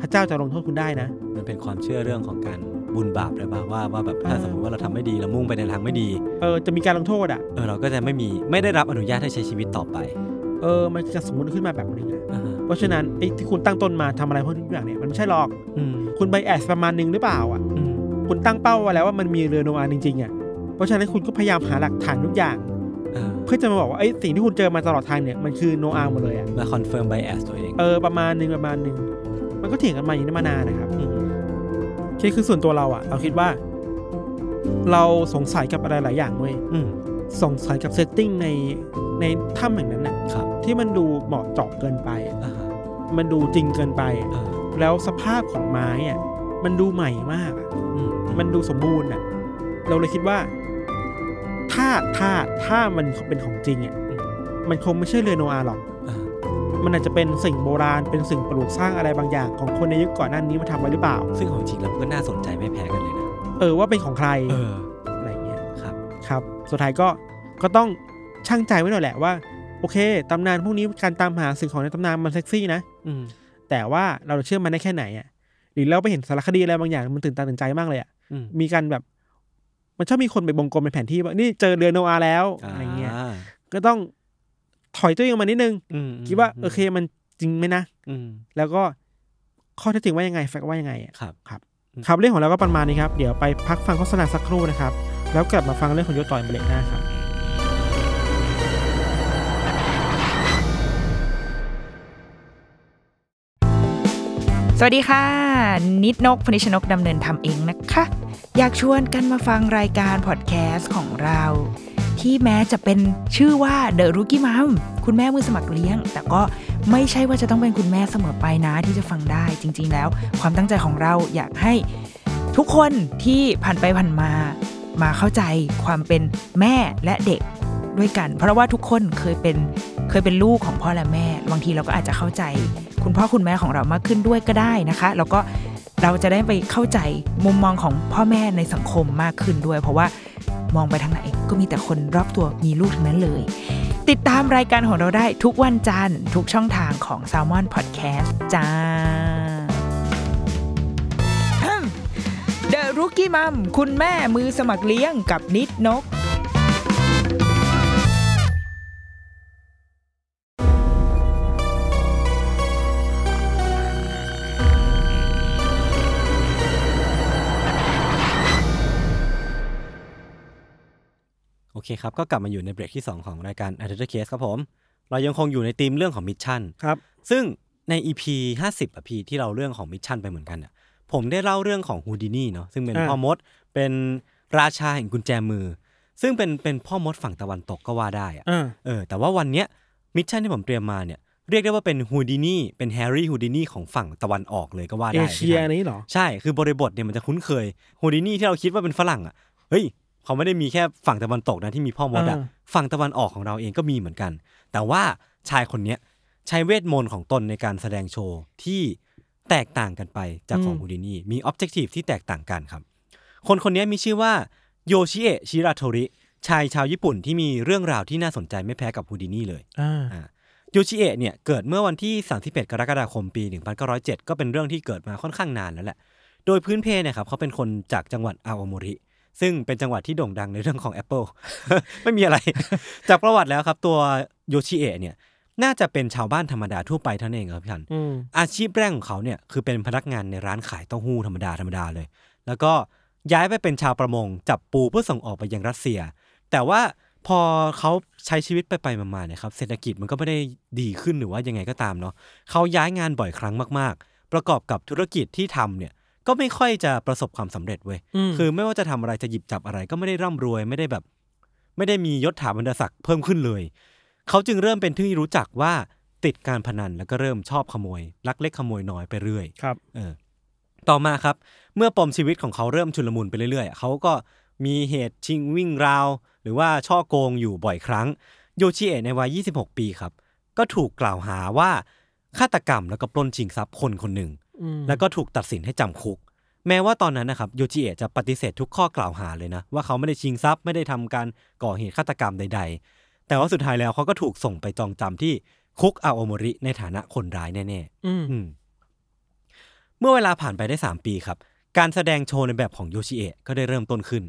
Speaker 3: พระเจ้าจะลงโทษคุณได้นะ
Speaker 2: มันเป็นความเชื่อเรื่องของการบุญบาปด้วยป่ะว่าว่าแบบถ้า
Speaker 3: เออ
Speaker 2: สมมติว่าเราทำไม่ดีเรามุ่งไปในทางไม่ดี
Speaker 3: เออจะมีการลงโทษอ่ะ
Speaker 2: เออเราก็จะไม่มีไม่ได้รับอนุญาตให้ใช้ชีวิตต่อไป
Speaker 3: เออ มันจะสมมติขึ้นมาแบบนึงอะ
Speaker 2: อ่าฮะ
Speaker 3: เพราะฉะนั้นไอ้ที่คุณตั้งต้นมาทำอะไรพวกนี้อย่างเนี่ยมันไม่ใช่หรอก
Speaker 2: อืม
Speaker 3: คุณไปแอสประมาณนึงหรือเปล่าอ่ะ
Speaker 2: อืม
Speaker 3: คุณตั้งเป้าไว้แล้วว่ามันมีเรือโนอาห์จริงๆอ่ะ เพราะฉะนั้นคุณก็พยายามหาหลักฐานทุกอย่าง
Speaker 2: เออ
Speaker 3: เพื่อจะมาบอกว่าไอ้สิ่งที่คุณเจอมาตลอดทางเนี่ยมันคือโนอาห์หมดเลยอ่ะ
Speaker 2: มาคอนเฟิร์มไบแอสตัวเอง
Speaker 3: เออประมาณนึงประมาณนึง มันก็เถียงกันมาอย่างนี้มานานนะครับ
Speaker 2: ม
Speaker 3: ที่คือส่วนตัวเราอ่ะ เราคิดว่า เราสงสัยกับอะไรหลายอย่างเว้ย
Speaker 2: อืม
Speaker 3: สงสัยกับเซตติ้งในในถ้ำแห่งนั้นน่ะ
Speaker 2: ครับ
Speaker 3: ที่มันดูเหมาะเจาะเกินไปอะ
Speaker 2: อ่าฮะ
Speaker 3: มันดูจริงเกินไปอะ
Speaker 2: เออ
Speaker 3: แล้วสภาพของไม้อ่ะมันดูใหม่มากอะ
Speaker 2: อืมอืม
Speaker 3: มันดูสมบูรณ์อ่ะ เราเลยคิดว่า ถ้าถ้าถ้ามันเป็นของจริงอ่ะ
Speaker 2: อืม
Speaker 3: มันคงไม่ใช่เรือโนอาห์หรอก
Speaker 2: อ่า
Speaker 3: มันอาจจะเป็นสิ่งโบราณเป็นสิ่งปลูกสร้างอะไรบางอย่างของคนในยุคก่อนหน้านี้มาทำไว้หรือเปล่า
Speaker 2: ซึ่งของจริงแล้วมันก็น่าสนใจไม่แพ้กันเลยนะ
Speaker 3: เออว่าเป็นของใคร
Speaker 2: เออ
Speaker 3: อะไรเงี้ย
Speaker 2: ครับ
Speaker 3: ครับ สุดท้ายก็ก็ต้องช่างใจไว้หน่อยแหละว่า โอเคตำนานพวกนี้การตามหาสิ่งของในตำนานมันเซ็กซี่นะ
Speaker 2: อืม
Speaker 3: แต่ว่าเราเชื่อมันได้แค่ไหนอ่ะหรือเราไปเห็นสารคดีอะไรบางอย่างมันตื่นตาตื่นใจมากเลยอ่ะ
Speaker 2: อืม
Speaker 3: มีการแบบ มันชอบมีคนไปบงกลมเป็นแผนที่ว่านี่เจอเรือโนอาห์แล้วอะไรเงี้ย
Speaker 2: า
Speaker 3: ก็ต้องถอยตัวเองออกมานิดนึง
Speaker 2: อืม
Speaker 3: คิดว่าโอเคมันจริงไหมนะ
Speaker 2: อืม
Speaker 3: แล้วก็ข้อเท็จจริงว่ายังไงแฟกต์ว่ายังไงอะ
Speaker 2: ครับ
Speaker 3: ครับ เรื่องของเราก็ประมาณนี้ครับ เดี๋ยวไปพักฟังโฆษณาสักครู่นะครับ แล้วกลับมาฟังเรื่องของยศต่อยเบรกหน้าครับ
Speaker 4: สวัสดีค่ะ นิดนกพนิชนกดำเนินทำเองนะคะ อยากชวนกันมาฟังรายการพอดแคสต์ของเรา ที่แม้จะเป็นชื่อว่า The Rookie Mom คุณแม่มือสมัครเลี้ยง แต่ก็ไม่ใช่ว่าจะต้องเป็นคุณแม่เสมอไปนะที่จะฟังได้จริง ๆ แล้ว ความตั้งใจของเราอยากให้ทุกคนที่ผ่านไปผ่านมา มาเข้าใจความเป็นแม่และเด็กด้วยกัน เพราะว่าทุกคนเคยเป็นเคยเป็นลูกของพ่อและแม่ บางทีเราก็อาจจะเข้าใจ คุณพ่อคุณแม่ของเรามากขึ้นด้วยก็ได้นะคะ แล้วก็เราจะได้ไปเข้าใจมุมมองของพ่อแม่ในสังคมมากขึ้นด้วย เพราะว่ามองไปทางไหนก็มีแต่คนรอบตัวมีลูกทั้งนั้นเลย ติดตามรายการของเราได้ทุกวันจันทร์ทุกช่องทางของ s a l m o n Podcast จ้า The Rookie Mom คุณแม่มือสมัครเลี้ยงกับนิดนก
Speaker 2: โอเคครับ ก็กลับมาอยู่ในเบรกที่ 2 ของรายการ a d v e n t u r e Case ครับผม เรายังคงอยู่ในธีมเรื่องของมิชชั่น
Speaker 3: ครับ
Speaker 2: ซึ่งใน EP 50อ่ะพี่ที่เราเรื่องของมิชชั่นไปเหมือนกันอ่ะผมได้เล่าเรื่องของฮูดินี่เนาะซึ่งเป็น
Speaker 3: อ่า
Speaker 2: พ่อมด เป็นราชาแห่งกุญแจมือ ซึ่งเป็นเป็นพ่อมดฝั่งตะวันตกก็ว่าได้อ่ะ
Speaker 3: อ่า
Speaker 2: เออแต่ว่าวันเนี้ยมิชชั่นที่ผมเตรียมมาเนี่ยเรียกได้ว่าเป็นฮูดินี่เป็นแฮร์รี่ฮูดินี่ของฝั่งตะวันออกเลยก็ว่า
Speaker 3: เอ
Speaker 2: ได้
Speaker 3: เชี
Speaker 2: พี่
Speaker 3: ย
Speaker 2: ทัน
Speaker 3: นี้เหรอ
Speaker 2: ใช่ คือบริบทเนี่ยมันจะคุ้นเคยโฮดินี่ที่เราคิดว่าเป็นฝรั่งอ่ะ เฮ้ย เขาไม่ได้มีแค่ฝั่งตะวันตกนะที่มีพ่อมดอ่ะ
Speaker 3: อ่า
Speaker 2: ฝั่งตะวันออกของเราเองก็มีเหมือนกัน แต่ว่าชายคนเนี้ยใช้เวทมนต์ของตนในการแสดงโชว์ที่แตกต่างกันไปจากของโฮดินี่ มีออบเจกตีฟที่แตกต่างกันครับ คนคนนี้มีชื่อว่าโยชิเอะชิราโทริ ชายชาวญี่ปุ่นที่มีเรื่องราวที่น่าสนใจไม่แพ้กับโฮดินี่เลย
Speaker 3: อ่า
Speaker 2: อ่ะยูชิเอะเนี่ยเกิดเมื่อวันที่ 31 กรกฎาคมปี 1907 ก็เป็นเรื่องที่เกิดมาค่อนข้างนานแล้วแหละ โดยพื้นเพเนี่ยครับเขาเป็นคนจากจังหวัดอาโอโมริ ซึ่งเป็นจังหวัดที่โด่งดังในเรื่องของ Apple ไม่มีอะไร จากประวัติแล้วครับ ตัวโยชิเอะเนี่ยน่าจะเป็นชาวบ้านธรรมดาทั่วไปเท่านั้นเองครับพี่ทัน
Speaker 3: อืม
Speaker 2: อาชีพแรกของเขาเนี่ยคือเป็นพนักงานในร้านขายเต้าหู้ธรรมดาธรรมดาเลย แล้วก็ย้ายไปเป็นชาวประมง จับปูเพื่อส่งออกไปยังรัสเซีย แต่ว่าพอเขาใช้ชีวิตไปไปๆมาๆเนี่ยครับเศรษฐกิจมันก็ไม่ได้ดีขึ้นหรือว่ายังไงก็ตามเนาะเขาย้ายงานบ่อยครั้งมากๆ ประกอบกับธุรกิจที่ทำเนี่ยก็ไม่ค่อยจะประสบความสำเร็จเว้ย คือไม่ว่าจะทำอะไรจะหยิบจับอะไรก็ไม่ได้ร่ำรวยไม่ได้แบบ ไม่ได้มียศถาบรรดาศักดิ์เพิ่มขึ้นเลย เขาจึงเริ่มเป็นที่รู้จักว่าติดการพนันแล้วก็เริ่มชอบขโมย ลักเล็กขโมยน้อยไปเรื่อย
Speaker 3: ครับ
Speaker 2: เออต่อมาครับ เมื่อปมชีวิตของเขาเริ่มชุลมุนไปเรื่อยๆ เขาก็มีเหตุชิงวิ่งราว หรือว่าช่อโกงอยู่บ่อยครั้ง โยชิเอะในวัย 26 ปีครับ ก็ถูกกล่าวหาว่าฆาตกรรมแล้วก็ปล้นชิงทรัพย์คนคนหนึ่ง
Speaker 3: อืม
Speaker 2: แล้วก็ถูกตัดสินให้จำคุก แม้ว่าตอนนั้นนะครับโยจิเอะจะปฏิเสธทุกข้อกล่าวหาเลยนะ ว่าเขาไม่ได้ชิงทรัพย์ไม่ได้ทำการก่อเหตุฆาตกรรมใด ๆ แต่ว่าสุดท้ายแล้วเขาก็ถูกส่งไปจองจำที่คุกอาโอโมริในฐานะคนร้ายแน่ๆ
Speaker 3: อืม
Speaker 2: อืมเมื่อเวลาผ่านไปได้ 3 ปีครับ การแสดงโชว์ในแบบของโยชิเอะก็ได้เริ่มต้นขึ้น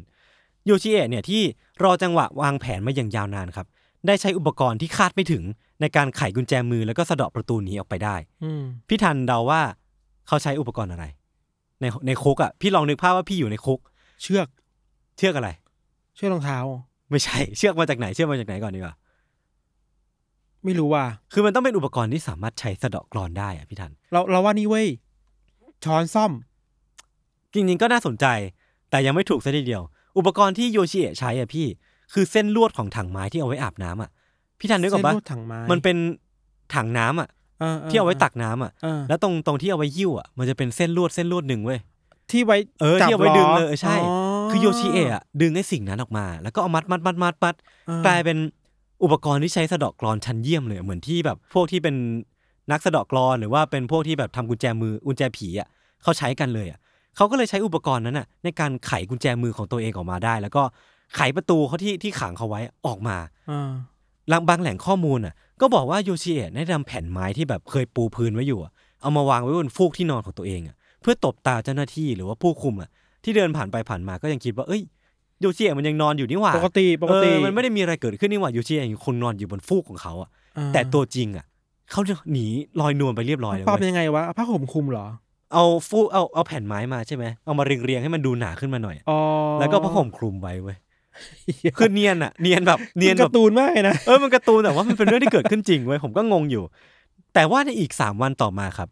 Speaker 2: โยชิเอะเนี่ยที่รอจังหวะวางแผนมาอย่างยาวนานครับ ได้ใช้อุปกรณ์ที่คาดไม่ถึง ในการไขกุญแจมือแล้วก็สะเดาะประตูหนีออกไปได้
Speaker 3: อืม
Speaker 2: พี่ทันเดาว่าเขาใช้อุปกรณ์อะไร ในในคุกอะ่ะ พี่ลองนึกภาพว่าพี่อยู่ในคุก
Speaker 3: เชือก
Speaker 2: เชือกอะไร
Speaker 3: เชือกรองเท้า
Speaker 2: ไม่ใช่ เชือกมาจากไหนเชือกมาจากไหนก่อนดีกว่า
Speaker 3: ไม่รู้ว่า
Speaker 2: คือมันต้องเป็นอุปกรณ์ที่สามารถใช้สะเดาะกรอนได้อะพี่ทัน
Speaker 3: เราเราว่านี่เว้ยช้อนซ่อม
Speaker 2: จริงๆก็น่าสนใจ แต่ยังไม่ถูกซะทีเดียว อุปกรณ์ที่โยชิเอะใช้อ่ะพี่ คือเส้นลวดของถังไม้ที่เอาไว้อาบน้ำอ่ะ พี่ทันนึกออกปะ
Speaker 3: เส้นลวดถังไม้
Speaker 2: มันเป็นถังน้ำอ่ะ ที่เอาไว้ตักน้ำอ่ะ
Speaker 3: อ่า
Speaker 2: แล้วตรงตรงที่เอาไว้ยิ้วอ่ะ มันจะเป็นเส้นลวดเส้นลวดหนึ่งเว้ย
Speaker 3: ที่ไว้
Speaker 2: เออ
Speaker 3: จับ
Speaker 2: ที่เอาไว้ดึง
Speaker 3: ล้อ
Speaker 2: เลยเออใช่ คือโยชิเอะอะดึงไอ้สิ่งนั้นออกมา แล้วก็เอามัดมัดมัดมัดมัด
Speaker 3: อ่
Speaker 2: กลายเป็นอุปกรณ์ที่ใช้สะเดาะกรอนชั้นเยี่ยมเลย เหมือนที่แบบพวกที่เป็น นักสะเดาะกรอนหรือว่าเป็นพวกที่แบบทำกุญแจมือกุญแจผีอ่ะเขาใช้กันเลยอ่ะเขาก็เลยใช้อุปกรณ์นั้นอ่ะในการไขกุญแจมือของตัวเองออกมาได้ แล้วก็ไขประตูเขาที่ที่ขังเขาไว้ออกมา
Speaker 3: อ่า
Speaker 2: ลางบางแหล่งข้อมูลอ่ะก็บอกว่าโยชิเอะได้นำแผ่นไม้ที่แบบเคยปูพื้นไว้อยู่อะเอามาวางไว้บนฟูกที่นอนของตัวเองอ่ะเพื่อตบตาเจ้าหน้าที่หรือว่าผู้คุมอ่ะที่เดินผ่านไปผ่านมาก็ยังคิดว่าเอ้ยโยชิเอะมันยังนอนอยู่นี่หว่า
Speaker 3: ปกติปกติ
Speaker 2: เออมันไม่ได้มีอะไรเกิดขึ้นนี่หว่าโยชิเอะยังคงนอนอยู่บนฟูกของเขาอ่ะ
Speaker 3: อ่า
Speaker 2: แต่ตัวจริงอ่ะเขาหนีลอยนวลไปเรียบร้อย
Speaker 3: มั
Speaker 2: เล
Speaker 3: น
Speaker 2: ย
Speaker 3: ปรับ
Speaker 2: เว้ย
Speaker 3: ยังไงวะเอาผ้าห่มคลุมเหรอ
Speaker 2: เอาฟูกเอาเอาแผ่นไม้มาใช่ไหมเอามาเรียงเรียงๆให้มันดูหนาขึ้นมาหน่อยอะ
Speaker 3: อ๋อ
Speaker 2: แล้วก็ผ้าห่มคลุมไว้เว้ยคือเนียนอ่ะเนียนแบบเนี
Speaker 3: เนี
Speaker 2: ย
Speaker 3: ย
Speaker 2: น
Speaker 3: น
Speaker 2: แบ
Speaker 3: กา
Speaker 2: บ
Speaker 3: ร์ตูนมากเลยนะ
Speaker 2: เออมันการ์ตูนแต่ว่ามันเป็นเรื่องที่เกิดขึ้นจริงเว้ยผมก็งงอยู่ แต่ว่าในอีก 3 วันต่อมาครับ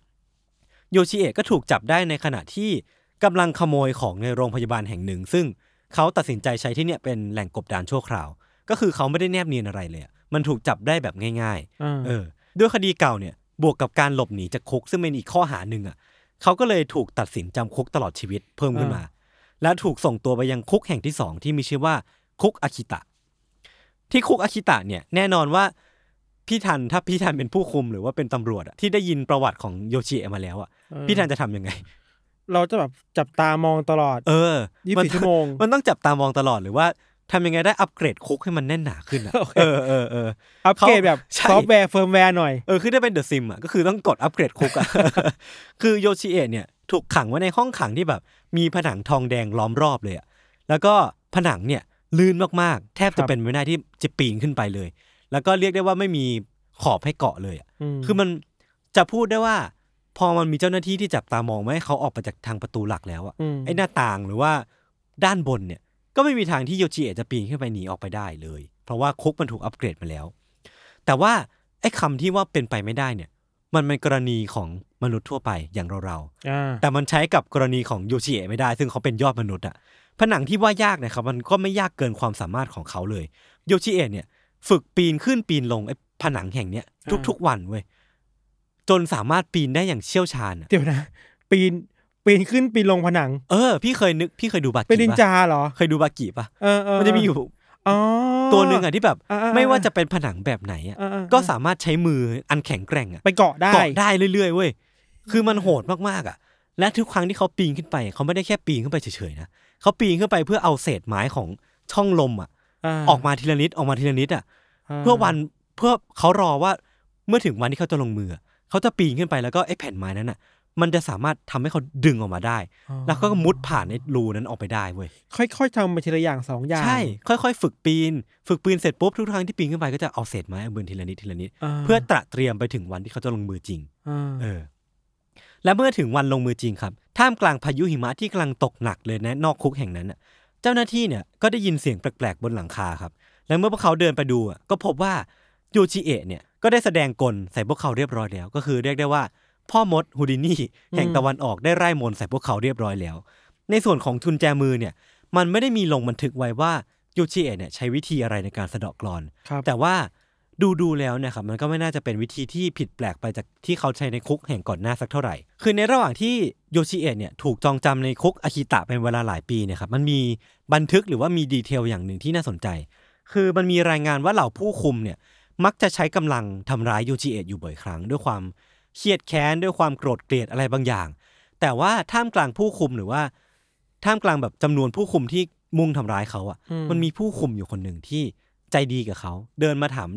Speaker 2: โยชิเอะก็ถูกจับได้ในขณะที่กำลังขโมยของในโรงพยาบาลแห่งหนึ่ง ซึ่งเขาตัดสินใจใช้ที่เนี่ยเป็นแหล่งกบดานชั่วคราว ก็คือเขาไม่ได้แนบเนียนอะไรเลยอะมันถูกจับได้แบบง่าย
Speaker 3: อ่า
Speaker 2: ๆ เออ ด้วยคดีเก่าเนี่ย บวกกับการหลบหนีจากคุกซึ่งเป็นอีกข้อหาหนึ่งอ่ะเขาก็เลยถูกตัดสินจำคุกตลอดชีวิตเพิ่มขึ้นมา และถูกส่งตัวไปยังคุกแห่งที่สองที่มีชื่อว่าคุกอาคิตะ ที่คุกอาคิตะเนี่ยแน่นอนว่าพี่ทันถ้าพี่ทันเป็นผู้คุมหรือว่าเป็นตำรวจอะที่ได้ยินประวัติของโยชิเอะมาแล้วอะ
Speaker 3: เออ
Speaker 2: พี่ทันจะทำยังไง
Speaker 3: เราจะแบบจับตามองตลอด
Speaker 2: เออ
Speaker 3: ยี่สิ
Speaker 2: มั
Speaker 3: บ
Speaker 2: น
Speaker 3: สี่ชั่วโมง
Speaker 2: มันต้องจับตามองตลอดหรือว่าทำยังไงได้อัปเกรดคุกให้มันแน่นหนาขึ้นอะ
Speaker 3: โอเค
Speaker 2: เออเออเออ
Speaker 3: อัปเกรด
Speaker 2: เขา
Speaker 3: แบบ
Speaker 2: ใช่
Speaker 3: ซอฟต์แวร์เฟิร์มแวร์หน่อย
Speaker 2: เออคือถ้าเป็นเดอะซิมอ่ะก็คือต้องกดอัปเกรดคุกอ่ะ คือโยชิเอะเนี่ยถูกขังไว้ในห้องขังที่แบบ มีผนังทองแดงล้อมรอบเลยอ่ะแล้วก็ผนังเนี่ยลื่นมากๆ แทบ
Speaker 3: ครั
Speaker 2: จะ
Speaker 3: บ
Speaker 2: เป็นไม่ได้ที่จะปีนขึ้นไปเลย แล้วก็เรียกได้ว่าไม่มีขอบให้เกาะเลยอ่ะคือมันจะพูดได้ว่า พอมันมีเจ้าหน้าที่ที่จับตามองไม่ให้เขาออกไปจากทางประตูหลักแล้วอ่ะ
Speaker 3: ม
Speaker 2: ไอ้หน้าต่างหรือว่าด้านบนเนี่ยก็ไม่มีทางที่โยชิเอะจะปีนขึ้นไปหนีออกไปได้เลย เพราะว่าคุกมันถูกอัปเกรดมาแล้ว แต่ว่าไอ้คำที่ว่าเป็นไปไม่ได้เนี่ย มันเป็นกรณีของมนุษย์ทั่วไปอย่างเรา
Speaker 3: อ่า
Speaker 2: ๆแต่มันใช้กับกรณีของโยชิเอะไม่ได้ ซึ่งเขาเป็นยอดมนุษย์อะผนังที่ว่ายากเนะครับมันก็ไม่ยากเกินความสามารถของเขาเลยโยชิเอะเนี่ย ฝึกปีนขึ้นปีนลงไอ้ผนังแห่งเนี้ยทุกๆวันเว้ยจนสามารถปีนได้อย่างเชี่ยวชาญอะ
Speaker 3: เดี๋ยวนะ ปีนปีนขึ้นปีนลงผนัง
Speaker 2: เออพี่เคยนึกพี่เคยดูบากิ
Speaker 3: เป็นนิน
Speaker 2: ปะ
Speaker 3: จาเหรอ
Speaker 2: เคยดูบากิปะ
Speaker 3: เออเออ
Speaker 2: มันจะมีอยู่
Speaker 3: อ๋อ
Speaker 2: ตัวหนึ่งอะที่แบบ
Speaker 3: อ่าๆๆ
Speaker 2: ไม่ว่าจะเป็นผนังแบบไหนอะ
Speaker 3: เออเออ
Speaker 2: ก็สามารถใช้มืออันแข็งแกร่งอะ
Speaker 3: ไปเกาะได้
Speaker 2: เกาะได้เรื่อยๆเว้ย คือมันโหดมากๆอ่ะ และทุกครั้งที่เขาปีนขึ้นไป เขาไม่ได้แค่ปีนขึ้นไปเฉยๆนะ เขาปีนขึ้นไปเพื่อเอาเศษไม้ของช่องลมอ่ะ
Speaker 3: า
Speaker 2: ออกมาทีละนิดออกมาทีละนิดอ่ะ เพื่อวันเพื่อเขารอว่าเมื่อถึงวันที่เขาจะลงมืออะเขาจะปีนขึ้นไปแล้วก็ไอ้แผ่นไม้นั้นอ่ะ มันจะสามารถทำให้เขาดึงออกมาได้
Speaker 3: อ๋อ
Speaker 2: แล้วก็มุดผ่านไอ้รูนั้นออกไปได้เว้ย
Speaker 3: ค่อยๆทำไปทีละอย่างสองอย่าง
Speaker 2: ใช่ ค่อยๆ ฝึกปีน ฝึกปีนเสร็จปุ๊บทุกครั้งที่ปีนขึ้นไปก็จะเอาเศษไม้เอาเบือนทีละนิดทีละนิด
Speaker 3: า
Speaker 2: เพื่อตระเตรียมไปถึงวันที่เขาจะลงมือจริง
Speaker 3: อ่า
Speaker 2: เออและเมื่อถึงวันลงมือจริงครับ ท่ามกลางพายุหิมะที่กำลังตกหนักเลยนะนอกคุกแห่งนั้นน่ะเจ้าหน้าที่เนี่ยก็ได้ยินเสียงแปลกๆบนหลังคาครับ และเมื่อพวกเขาเดินไปดูอ่ะก็พบว่าโยชิเอะเนี่ยก็ได้แสดงกลใส่พวกเขาเรียบร้อยแล้ว ก็คือเรียกได้ว่า พ่อมดฮูดินี่แห่ง
Speaker 3: อืม
Speaker 2: ตะวันออกได้ไร่มนต์ใส่พวกเขาเรียบร้อยแล้ว ในส่วนของทุนแจมือเนี่ย มันไม่ได้มีลงบันทึกไว้ว่าโยชิเอะเนี่ยใช้วิธีอะไรในการสะเดาะกลอน
Speaker 3: ครับ
Speaker 2: แต่ว่าดูดูๆแล้วเนะครับมันก็ไม่น่าจะเป็นวิธีที่ผิดแปลกไปจากที่เขาใช้ในคุกแห่งก่อนหน้าสักเท่าไหร่ คือในระหว่างที่โยชิเอะเนี่ยถูกจองจำในคุกอาคิตะเป็นเวลาหลายปีเนะครับมันมีบันทึกหรือว่ามีดีเทลอย่างหนึ่งที่น่าสนใจ คือมันมีรายงานว่าเหล่าผู้คุมเนี่ยมักจะใช้กำลังทำร้ายโยชิเอะอยู่บ่อยครั้ง ด้วยความเครียดแค้นด้วยความโกรธเกลียดอะไรบางอย่าง แต่ว่าท่ามกลางผู้คุมหรือว่า ท่ามกลางแบบจำนวนผู้คุมที่มุ่งทำร้ายเขาอะ
Speaker 3: อื
Speaker 2: มันมีผู้คุมอยู่คนหนึ่งที่ใจดีกับเขา เดินมาถาม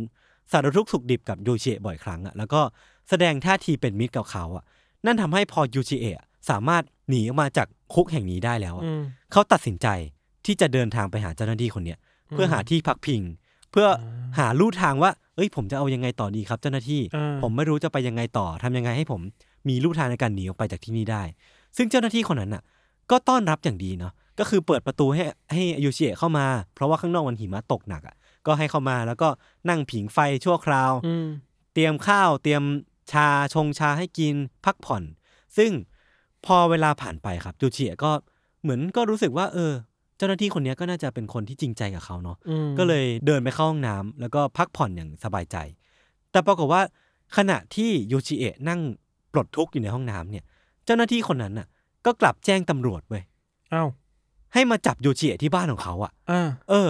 Speaker 2: สารทุกข์สุขดิบกับโยชิเอะบ่อยครั้งอะแล้วก็แสดงท่าทีเป็นมิตรกับเขาอะนั่นทำให้พอโยชิเอะสามารถหนีออกมาจากคุกแห่งนี้ได้แล้วอะ
Speaker 3: อืม
Speaker 2: เขาตัดสินใจที่จะเดินทางไปหาเจ้าหน้าที่คนเนี้ย เพื่อหาที่พักพิง เพื่ออหาลู่ทางว่า เอ้ย ผมจะเอายังไงต่อดีครับ เจ้าหน้าที่
Speaker 3: อ่า
Speaker 2: ผมไม่รู้จะไปยังไงต่อทำยังไงให้ผมมีลู่ทางในการหนีออกไปจากที่นี่ได้ ซึ่งเจ้าหน้าที่คนนั้นน่ะ ก็ต้อนรับอย่างดีเนาะก็คือเปิดประตูให้ให้โยชิเอะเข้ามา เพราะว่าข้างนอกมันหิมะตกหนักอ่ะก็ให้เข้ามาแล้วก็นั่งผิงไฟชั่วคราว
Speaker 3: อืม
Speaker 2: เตรียมข้าว เตรียมชาชงชาให้กินพักผ่อน ซึ่งพอเวลาผ่านไปครับโยชิเอะก็เหมือนก็รู้สึกว่า เออ เจ้าหน้าที่คนเนี้ยก็น่าจะเป็นคนที่จริงใจกับเขาเนาะ
Speaker 3: อืม
Speaker 2: ก็เลยเดินไปเข้าห้องน้ำแล้วก็พักผ่อนอย่างสบายใจ แต่ปรากฏว่าขณะที่โยชิเอะนั่งปลดทุกข์อยู่ในห้องน้ำเนี่ย เจ้าหน้าที่คนนั้นน่ะ ก็กลับแจ้งตำรวจเว้ย
Speaker 3: เอ้า
Speaker 2: ให้มาจับโยชิเอะที่บ้านของเขาอ่ะ
Speaker 3: อ่า
Speaker 2: เออ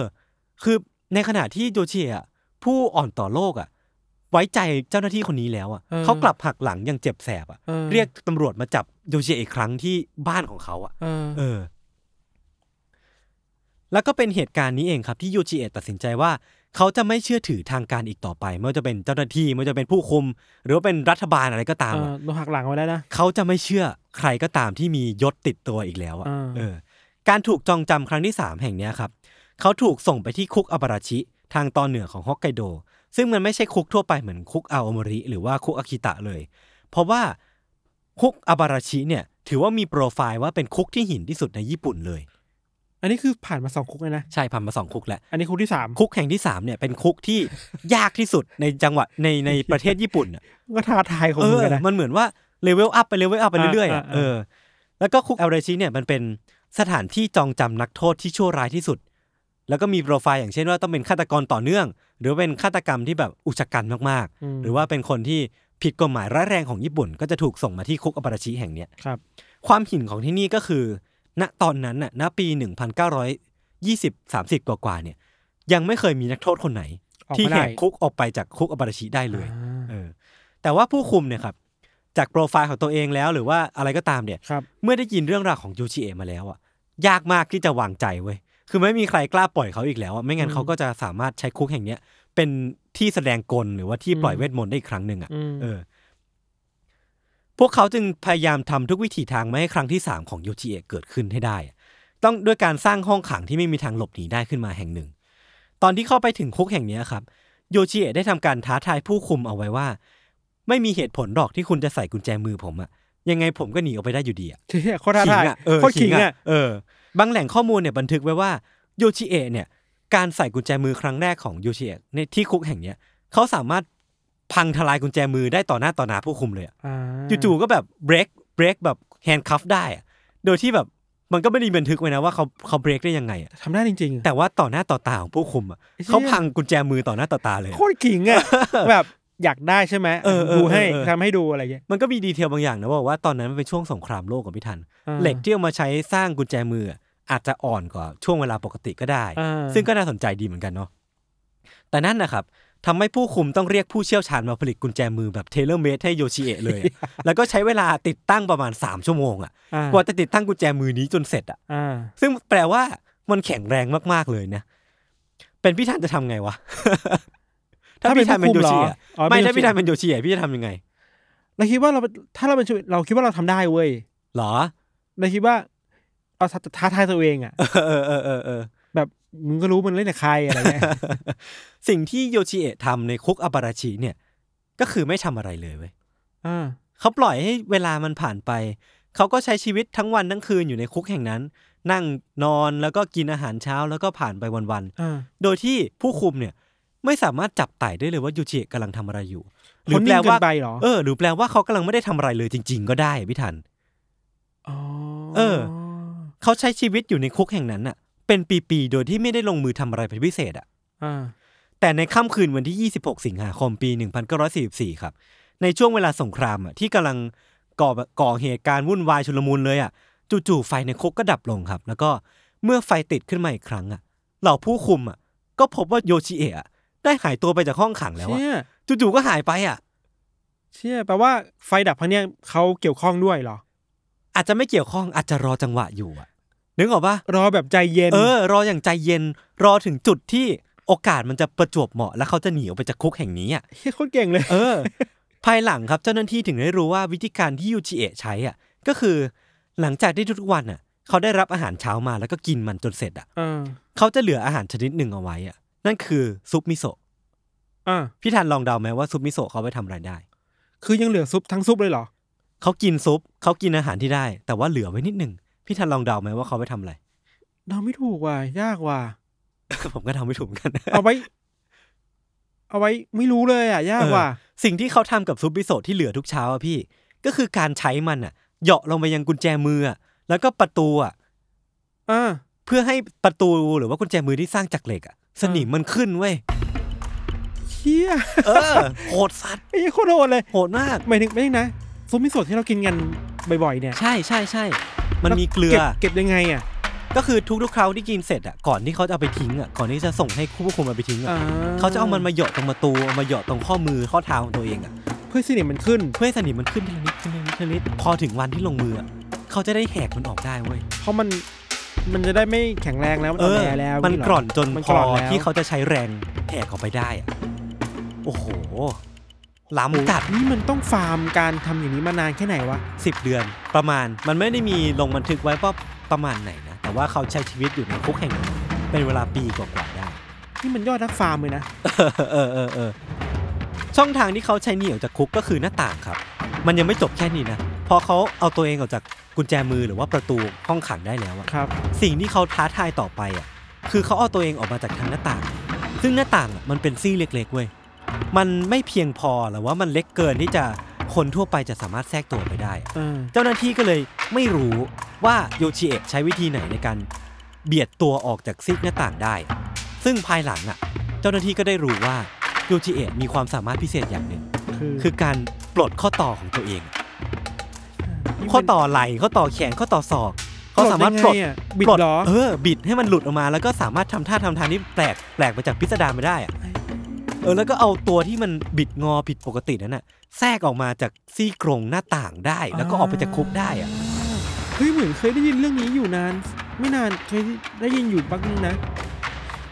Speaker 2: คือในขณะที่โยชิเอะผู้อ่อนต่อโลกอ่ะ ไว้ใจเจ้าหน้าที่คนนี้แล้วอ่ะ
Speaker 3: เออ
Speaker 2: เขากลับหักหลังอย่างเจ็บแสบอ่ะ
Speaker 3: ออ
Speaker 2: เรียกตำรวจมาจับโยชิอีกครั้งที่บ้านของเขาอ่ะ
Speaker 3: เออ
Speaker 2: เออ แล้วก็เป็นเหตุการณ์นี้เองครับ ที่ยูจิเอะตัดสินใจว่า เขาจะไม่เชื่อถือทางการอีกต่อไป ไม่ว่าจะเป็นเจ้าหน้าที่ไม่ว่าจะเป็นผู้คุม หรือว่าเป็นรัฐบาลอะไรก็ตาม
Speaker 3: เออ
Speaker 2: อะ
Speaker 3: โดนหักหลังไว้แล้วนะ
Speaker 2: เขาจะไม่เชื่อใครก็ตามที่มียศติดตัวอีกแล้วอะ
Speaker 3: อ่า
Speaker 2: เออ การถูกจองจำครั้งที่สามแห่งเนี้ยครับ เขาถูกส่งไปที่คุกอาบาราชิ ทางตอนเหนือของฮอกไกโด ซึ่งมันไม่ใช่คุกทั่วไปเหมือนคุกอาโอมริ หรือว่าคุกอากิตะเลย เพราะว่าคุกอาบาราชิเนี่ย ถือว่ามีโปรไฟล์ว่าเป็นคุกที่หินที่สุดในญี่ปุ่นเลย
Speaker 3: อันนี้คือผ่านมาสองคุกเลยนะ
Speaker 2: ใช่ผ่านมาสองคุกแล้ว
Speaker 3: อันนี้คุกที่สาม
Speaker 2: คุกแห่งที่สามเนี่ยเป็นคุกที่ ยากที่สุดในจังหวัดในในประเทศญี่ปุ่นอะ
Speaker 3: ก็ท้าทายของ
Speaker 2: เอ
Speaker 3: มึ
Speaker 2: อ
Speaker 3: งเลยนะ
Speaker 2: มันเหมือนว่าเลเวลอัพไปเลเวลอัพไปเรื่อยๆอะ
Speaker 3: อ่าอ่า
Speaker 2: เออ แล้วก็คุกเอลเรชิเนี่ยมันเป็นสถานที่จองจำนักโทษที่ชั่วร้ายที่สุด แล้วก็มีโปรไฟล์อย่างเช่นว่าต้องเป็นฆาตกรต่อเนื่อง หรือเป็นฆาตกรรมที่แบบอุกชะกันมาก
Speaker 3: ม
Speaker 2: ๆ หรือว่าเป็นคนที่ผิดกฎหมายร้ายแรงของญี่ปุ่น ก็จะถูกส่งมาที่คุกอาบาราชิแห่งเนี้ย
Speaker 3: ครับ
Speaker 2: ความหินของที่นี่ก็คือ ณ ตอนนั้นน่ะ ณ ปี 1920 30 กว่ากว่าๆเนี่ย ยังไม่เคยมีนักโทษคนไหน
Speaker 3: ออก
Speaker 2: ที่
Speaker 3: มา
Speaker 2: แห
Speaker 3: ได้
Speaker 2: กคุกออกไปจากคุกอบาราชิได้เลย
Speaker 3: อ่า
Speaker 2: เออ แต่ว่าผู้คุมเนี่ยครับ จากโปรไฟล์ของตัวเองแล้ว หรือว่าอะไรก็ตามเนี่ย
Speaker 3: ครับ
Speaker 2: เมื่อได้ยินเรื่องราวของยูชิเอะมาแล้วอ่ะ ยากมากที่จะวางใจเว้ย คือไม่มีใครกล้าปล่อยเขาอีกแล้วอ่ะ ไม่งั้นเขาก็จะสามารถใช้คุกแห่งเนี้ยเป็นที่แสดงกลหรือว่าที่ปล่อยเวทมนต์ได้อีกครั้งหนึ่งอ่ะ
Speaker 3: อืม
Speaker 2: เออ พวกเขาจึงพยายามทำทุกวิถีทางไม่ให้ครั้งที่สามของยูจิเอะเกิดขึ้นให้ได้อะต้องด้วยการสร้างห้องขังที่ไม่มีทางหลบหนีได้ขึ้นมาแห่งหนึ่ง ตอนที่เข้าไปถึงคุกแห่งเนี้ยครับโยชิเอะได้ทำการท้าทายผู้คุมเอาไว้ว่า ไม่มีเหตุผลหรอกที่คุณจะใส่กุญแจมือผมอะยังไงผมก็หนีออกไปได้อยู่ดีอะ
Speaker 3: เหี้ยโคตรท้าทาย
Speaker 2: ขิงอะเออ
Speaker 3: โคตรขิ
Speaker 2: ขิ
Speaker 3: ง
Speaker 2: งอะ
Speaker 3: อ่ะ
Speaker 2: เออบางแหล่งข้อมูลเนี่ยบันทึกไว้ว่าโยชิเอะเนี่ย การใส่กุญแจมือครั้งแรกของโยชิเอะในที่คุกแห่งเนี้ยเขาสามารถพังทลายกุญแจมือได้ต่อหน้าต่อหน้าผู้คุมเลยอะ
Speaker 3: อ่า
Speaker 2: จู่ๆก็แบบ break break แบบ handcuff ได้อะโดยที่แบบมันก็ไม่ได้บันทึกไว้นะว่าเขาเขา break ได้ยังไงอะ
Speaker 3: ทำได้จริงๆ
Speaker 2: แต่ว่าต่อหน้าต่อตาของผู้คุมอะ
Speaker 3: ไอ้เหี้ย
Speaker 2: เขาพังกุญแจมือต่อหน้าต่อตาเลย
Speaker 3: โคตรขิง อ่ะ แบบอยากได้ใช่ไหม
Speaker 2: เออเออ
Speaker 3: ดูให้
Speaker 2: เออเออ
Speaker 3: ทำให้ดูอะไรเงี้ย
Speaker 2: มันก็มีดีเทลบางอย่างนะว่าว่าตอนนั้นมันเป็นช่วงสงครามโลกกับพี่ทัน
Speaker 3: อ่า
Speaker 2: เหล็กที่เอามาใช้สร้างกุญแจมืออะอาจจะอ่อนกว่าช่วงเวลาปกติก็ได้
Speaker 3: อ่า
Speaker 2: ซึ่งก็น่าสนใจดีเหมือนกันเนาะแต่นั่นนะครับทำให้ผู้คุมต้องเรียกผู้เชี่ยวชาญมาผลิตกุญแจมือแบบเทเลเมดให้โยชิเอะเลยอะ แล้วก็ใช้เวลาติดตั้งประมาณสามชั่วโมงอะ
Speaker 3: อ่าก
Speaker 2: ว่าจะติดตั้งกุญแจมือนี้จนเสร็จอะ
Speaker 3: อ่า
Speaker 2: ซึ่งแปลว่ามันแข็งแรงมาก ๆ เลยนะ เป็นพี่ทันจะทำไงวะ ถ้า
Speaker 3: ถ้าเป็น
Speaker 2: พี่ทันเป็น
Speaker 3: ผู้
Speaker 2: โย
Speaker 3: คุม
Speaker 2: ชิ
Speaker 3: เหรอ
Speaker 2: อะ
Speaker 3: อ๋อ
Speaker 2: ไม่
Speaker 3: เป็นโยชิ
Speaker 2: ถ้าพี่ทันเป็นโยชิอะพี่จะทำยังไง
Speaker 3: เราคิดว่าเราเป็นถ้าเราเป็นชีวิตเราคิดว่าเราทำได้เว้ย
Speaker 2: หรอ
Speaker 3: เราคิดว่าเราท้าทายตัวเองอ่ะ
Speaker 2: เออเออเออเออ
Speaker 3: แบบมึงก็รู้มันเล่นกับใครอะไรเงี้ย
Speaker 2: สิ่งที่โยชิเอะทำในคุกอาบาราชิเนี่ย ก็คือไม่ทำอะไรเลยเว้ย
Speaker 3: อ่า
Speaker 2: เขาปล่อยให้เวลามันผ่านไป เขาก็ใช้ชีวิตทั้งวันทั้งคืนอยู่ในคุกแห่งนั้น นั่งนอนแล้วก็กินอาหารเช้าแล้วก็ผ่านไปวันๆ
Speaker 3: อ่า
Speaker 2: โดยที่ผู้คุมเนี่ยไม่สามารถจับไต่ได้เลยว่ายูจิกำลังทำอะไรอยู่
Speaker 3: เขานิ่งเกินไปเหรอ
Speaker 2: เออหรือแปลว่าเขากำลังไม่ได้ทำอะไรเลยจริง ๆ ก็ได้พี่ทัน
Speaker 3: อ๋อ
Speaker 2: เออ เขาใช้ชีวิตอยู่ในคุกแห่งนั้นน่ะ เป็นปีๆโดยที่ไม่ได้ลงมือทำอะไรเป็นพิเศษอ่ะ
Speaker 3: อ่า
Speaker 2: แต่ในค่ำคืนวันที่ 26 สิงหาคมปี 1944 ครับ ในช่วงเวลาสงครามอ่ะที่กำลังก่อก่อเหตุการณ์วุ่นวายชุลมุนเลยอ่ะจู่ๆไฟในคุกก็ดับลงครับ แล้วก็เมื่อไฟติดขึ้นมาอีกครั้งอ่ะเหล่าผู้คุมอ่ะก็พบว่าโยชิเอะอ่ะได้หายตัวไปจากห้องขังแล้วอ่ะ
Speaker 3: เชี่ย
Speaker 2: จู่ๆก็หายไปอ่ะ
Speaker 3: เชี่ยแปลว่าไฟดับครั้งเนี้ยเขาเกี่ยวข้องด้วยเหรอ
Speaker 2: อาจจะไม่เกี่ยวข้องอาจจะรอจังหวะอยู่อ่ะนึกออกปะ
Speaker 3: รอแบบใจเย็น
Speaker 2: เออ รออย่างใจเย็นรอถึงจุดที่โอกาสมันจะประจวบเหมาะ แล้วเขาจะหนีออกไปจากคุกแห่งนี้อ่ะ
Speaker 3: เชี่ยโคตรเก่งเลย
Speaker 2: เออ ภายหลังครับเจ้าหน้าที่ถึงได้รู้ว่าวิธีการที่ยูจิเอะใช้อ่ะ ก็คือหลังจากที่ทุกวันอ่ะ เขาได้รับอาหารเช้ามาแล้วก็กินมันจนเสร็จอ่ะ
Speaker 3: อ่า
Speaker 2: เขาจะเหลืออาหารชนิดหนึ่งเอาไว้อ่ะ นั่นคือซุปมิโซะ
Speaker 3: อ่า
Speaker 2: พี่ทันลองเดาไหมว่าซุปมิโซะเขาเอาไปทำอะไรได้
Speaker 3: คือยังเหลือซุปทั้งซุปเลยเหรอ
Speaker 2: เขากินซุปเขากินอาหารที่ได้ แต่ว่าเหลือไว้นิดหนึ่งพี่ทันลองเดาไหมว่าเขาไปทำอะไร
Speaker 3: เราไม่ถูกว่ะยากว่ะ
Speaker 2: ผมก็ทำไม่ถูกเหมือนกัน
Speaker 3: เอาไว้ เอาไว้ไม่รู้เลยอ่ะ ยากว่ะ
Speaker 2: สิ่งที่เขาทำกับซุปมิโซะที่เหลือทุกเช้าอะพี่ ก็คือการใช้มันอ่ะ เหยาะลงไปยังกุญแจมืออะแล้วก็ประตูอ่ะ
Speaker 3: อ่า
Speaker 2: เพื่อให้ประตูหรือว่ากุญแจมือที่สร้างจากเหล็กอะสนิมมันขึ้นเว้ย
Speaker 3: เชี่ย
Speaker 2: เออ โหดสัตว์
Speaker 3: ไอ้เหี้ยโคตรโหดเลย
Speaker 2: โหดมาก
Speaker 3: หมายถึงไม่ใช่นะซุปมิโซะที่เรากินกันบ่อยๆเนี่ย
Speaker 2: ใช่ใช่ใช่มันมีเกลือ
Speaker 3: บเก็บยังไงอ่ะ
Speaker 2: ก็คือทุกๆคราวที่กินเสร็จอ่ะก่อนที่เขาจะเอาไปทิ้งอ่ะก่อนที่จะส่งให้ผู้ควบคุมเอาไปทิ้งอ่ะเขาจะเอามันมาเหยาะตรงประตูเอามาเหยาะตรงข้อมือข้อเท้าของตัวเองอ่ะ
Speaker 3: เพื่อสนิมมันขึ้น
Speaker 2: เพื่อให้สนิมมันขึ้นทีละนิดทีละนิดทีละนิดพอถึงวันที่ลงมืออะเขาจะได้แหกมันออกได้เว้ย
Speaker 3: เพราะมันมันจะได้ไม่แข็งแรงแล้วมัน
Speaker 2: เอ
Speaker 3: อ่อน
Speaker 2: อ
Speaker 3: แอแล้ว
Speaker 2: มัน
Speaker 3: ย่าง
Speaker 2: กร่อนจน
Speaker 3: มั
Speaker 2: พ
Speaker 3: ก
Speaker 2: อ
Speaker 3: ร่อนแล้ว
Speaker 2: ที่เขาจะใช้แรงแหกออกไปได้อะโอ้โห ล้ำจัด
Speaker 3: นี่มันต้องฟาร์มการทำอย่างนี้มานานแค่ไหนวะ
Speaker 2: สิบเดือน ประมาณ มันไม่ได้มีลงบันทึกไว้ว่าประมาณไหนนะ แต่ว่าเขาใช้ชีวิตอยู่ในคุกแห่งนี้เป็นเวลาปีกว่าๆได้
Speaker 3: นี่มันยอดนักฟาร์มเลยนะ
Speaker 2: เออเออเออช่องทางที่เขาใช้หนีออกจากคุกก็คือหน้าต่างครับ มันยังไม่จบแค่นี้นะ พอเขาเอาตัวเองออกจากกุญแจมือหรือว่าประตูห้องขังได้แล้วอะ
Speaker 3: ครับ
Speaker 2: สิ่งที่เขาท้าทายต่อไปอ่ะ คือเขาเอาตัวเองออกมาจากทางหน้าต่าง ซึ่งหน้าต่างอ่ะมันเป็นซี่เล็กๆเว้ย มันไม่เพียงพอหรือว่ามันเล็กเกินที่จะคนทั่วไปจะสามารถแทรกตัวไปได้
Speaker 3: เออ
Speaker 2: เจ้าหน้าที่ก็เลยไม่รู้ว่าโยชิเอะใช้วิธีไหนในการเบียดตัวออกจากซีกหน้าต่างได้ ซึ่งภายหลังอ่ะ เจ้าหน้าที่ก็ได้รู้ว่าโยชิเอะมีความสามารถพิเศษอย่างหนึ่ง
Speaker 3: คือ
Speaker 2: คือการปลดข้อต่อของตัวเอง
Speaker 3: นี่มัน
Speaker 2: ข้อต่อไหล่ข้อต่อแขนข้อต่อศอกเขาสามารถปลด
Speaker 3: ได้ไงอะบิด
Speaker 2: ปลด
Speaker 3: ล้อ
Speaker 2: เออบิดให้มันหลุดออกมาแล้วก็สามารถทำท่าทำทางที่แปลกแปลกไปจากพิสดารไม่ได้อะเออแล้วก็เอาตัวที่มันบิดงอผิดปกตินั้นน่ะแทรกออกมาจากซี่โครงหน้าต่างได้ แล้วก็ออกไปจากคุกได้อะ
Speaker 3: เฮ้ยเหมือนเคยได้ยินเรื่องนี้อยู่นาน ไม่นานเคยได้ยินอยู่บ้างนึงนะ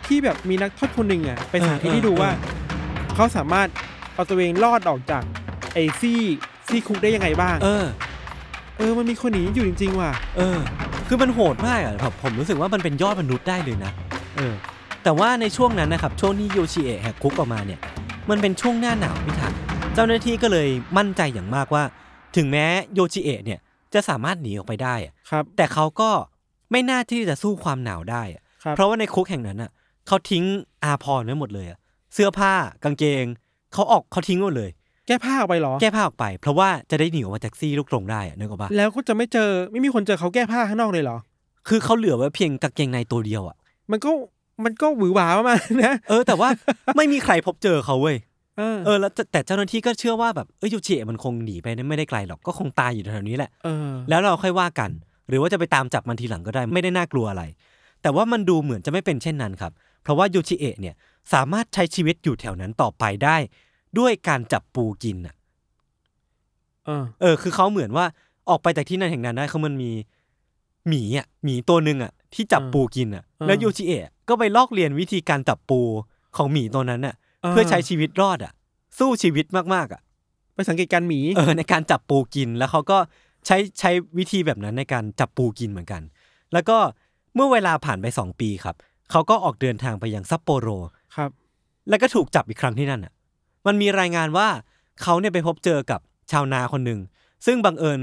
Speaker 3: ที่แบบมีนักโทษคนหนึ่งอ่ะไปสาธิตให้ดูว่า เขาสามารถเอาตัวเองรอดออกจากไอ้ซี่ซี่คุกได้ยังไงบ้าง
Speaker 2: เออ
Speaker 3: เออ มันมีคนหนีอยู่จริง ๆ ว่ะ
Speaker 2: เออ คือมันโหดมากอะแบบผมรู้สึกว่ามันเป็นยอดมนุษย์ได้เลยนะเออ แต่ว่าในช่วงนั้นนะครับช่วงที่โยชิเอะแหกคุกออกมาเนี่ย มันเป็นช่วงหน้าหนาวพี่ทักเจ้าหน้าที่ก็เลยมั่นใจอย่างมากว่า ถึงแม้โยชิเอะเนี่ยจะสามารถหนีออกไปได้อะ
Speaker 3: ครับ
Speaker 2: แต่เขาก็ไม่น่าที่จะสู้ความหนาวได้อะ
Speaker 3: ครับ
Speaker 2: เพราะว่าในคุกแห่งนั้นอ่ะเขาทิ้งอาพรณ์ไว้หมดเลยอะเสื้อผ้ากางเกงเขาออกเขาทิ้งหมดเลย
Speaker 3: แก้ผ้าออกไปเหรอ
Speaker 2: แก้ผ้าออกไป เพราะว่าจะได้หนีออกมาจากซี่ลูกกรงได้อะนึกออกปะ
Speaker 3: แล้วก็จะไม่เจอไม่มีคนเจอเขาแก้ผ้าข้างนอกเลยเหรอ
Speaker 2: คือเขาเหลือไว้เพียงกางเกงในตัวเดียวอ่ะ
Speaker 3: มันก็มันก็หวือหวามากๆนะ
Speaker 2: เออแต่ ว่า ไม่มีใครพบเจอเขาเว้ย
Speaker 3: เออ
Speaker 2: เออแล้วแต่แต่เจ้าหน้าที่ก็เชื่อว่าแบบเอ้ยยูเจมันคงหนีไปไม่ได้ไกลหรอกก็คงตายอยู่แถวๆนี้แหละ
Speaker 3: เออ
Speaker 2: แล้วเราค่อยว่ากัน หรือว่าจะไปตามจับมันทีหลังก็ได้ไม่ได้น่ากลัวอะไร แต่ว่ามันดูเหมือนจะไม่เป็นเช่นนั้นครับ เพราะว่าโยชิเอะเนี่ยสามารถใช้ชีวิตอยู่แถวนั้นต่อไปได้ ด้วยการจับปูกินอ่ะ
Speaker 3: เออ
Speaker 2: เออคือเขาเหมือนว่าออกไปจากที่นั่นแห่งนั้นได้คือมันมีหมีอ่ะหมีตัวหนึ่งอ่ะที่จับปูกินอ่ะ
Speaker 3: เออ
Speaker 2: แล้วโยชิเอะก็ไปลอกเรียนวิธีการจับปูของหมีตัวนั้นอ่ะ เพื่อใช้ชีวิตรอดอ่ะ สู้ชีวิตมากๆอ่ะ
Speaker 3: ไปสังเกตการณ์หมี
Speaker 2: เออในการจับปูกินแล้วเขาก็ใช้ใช้วิธีแบบนั้นในการจับปูกินเหมือนกัน แล้วก็เมื่อเวลาผ่านไป 2 ปีครับ เขาก็ออกเดินทางไปยังซัปโปโร
Speaker 3: ครับ
Speaker 2: แล้วก็ถูกจับอีกครั้งที่นั่นอ่ะ มันมีรายงานว่าเขาเนี่ยไปพบเจอกับชาวนาคนหนึ่ง ซึ่งบังเอิญ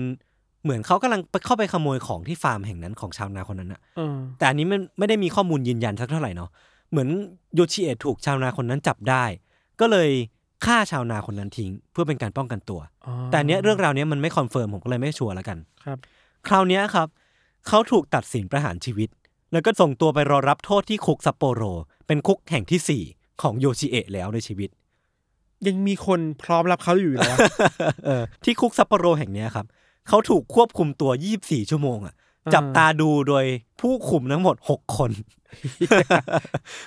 Speaker 2: เหมือนเขากำลังไปเข้าไปขโมยของที่ฟาร์มแห่งนั้นของชาวนาคนนั้นอ่ะ
Speaker 3: เออ
Speaker 2: แต่อันนี้มันไม่ได้มีข้อมูลยืนยันสักเท่าไหร่เนาะ เหมือนโยชิเอะถูกชาวนาคนนั้นจับได้ ก็เลยฆ่าชาวนาคนนั้นทิ้ง เพื่อเป็นการป้องกันตัว
Speaker 3: อ๋อ
Speaker 2: แต่เนี้ยเรื่องราวเนี้ยมันไม่คอนเฟิร์มผมก็เลยไม่ชัวร์แล้วกัน
Speaker 3: ครับ
Speaker 2: คราวเนี้ยครับ เขาถูกตัดสินประหารชีวิต แล้วก็ส่งตัวไปรอรับโทษที่คุกซัปโปโร เป็นคุกแห่งที่ 4 ของโยชิเอะแล้วในชีวิต
Speaker 3: ยังมีคนพร้อมรับเขาอยู่เหรอวะ
Speaker 2: เออที่คุกซัปโปโรแห่งเนี้ยครับ เขาถูกควบคุมตัว 24 ชั่วโมงอ่ะจับตาดูโดยผู้คุมทั้งหมด 6 คน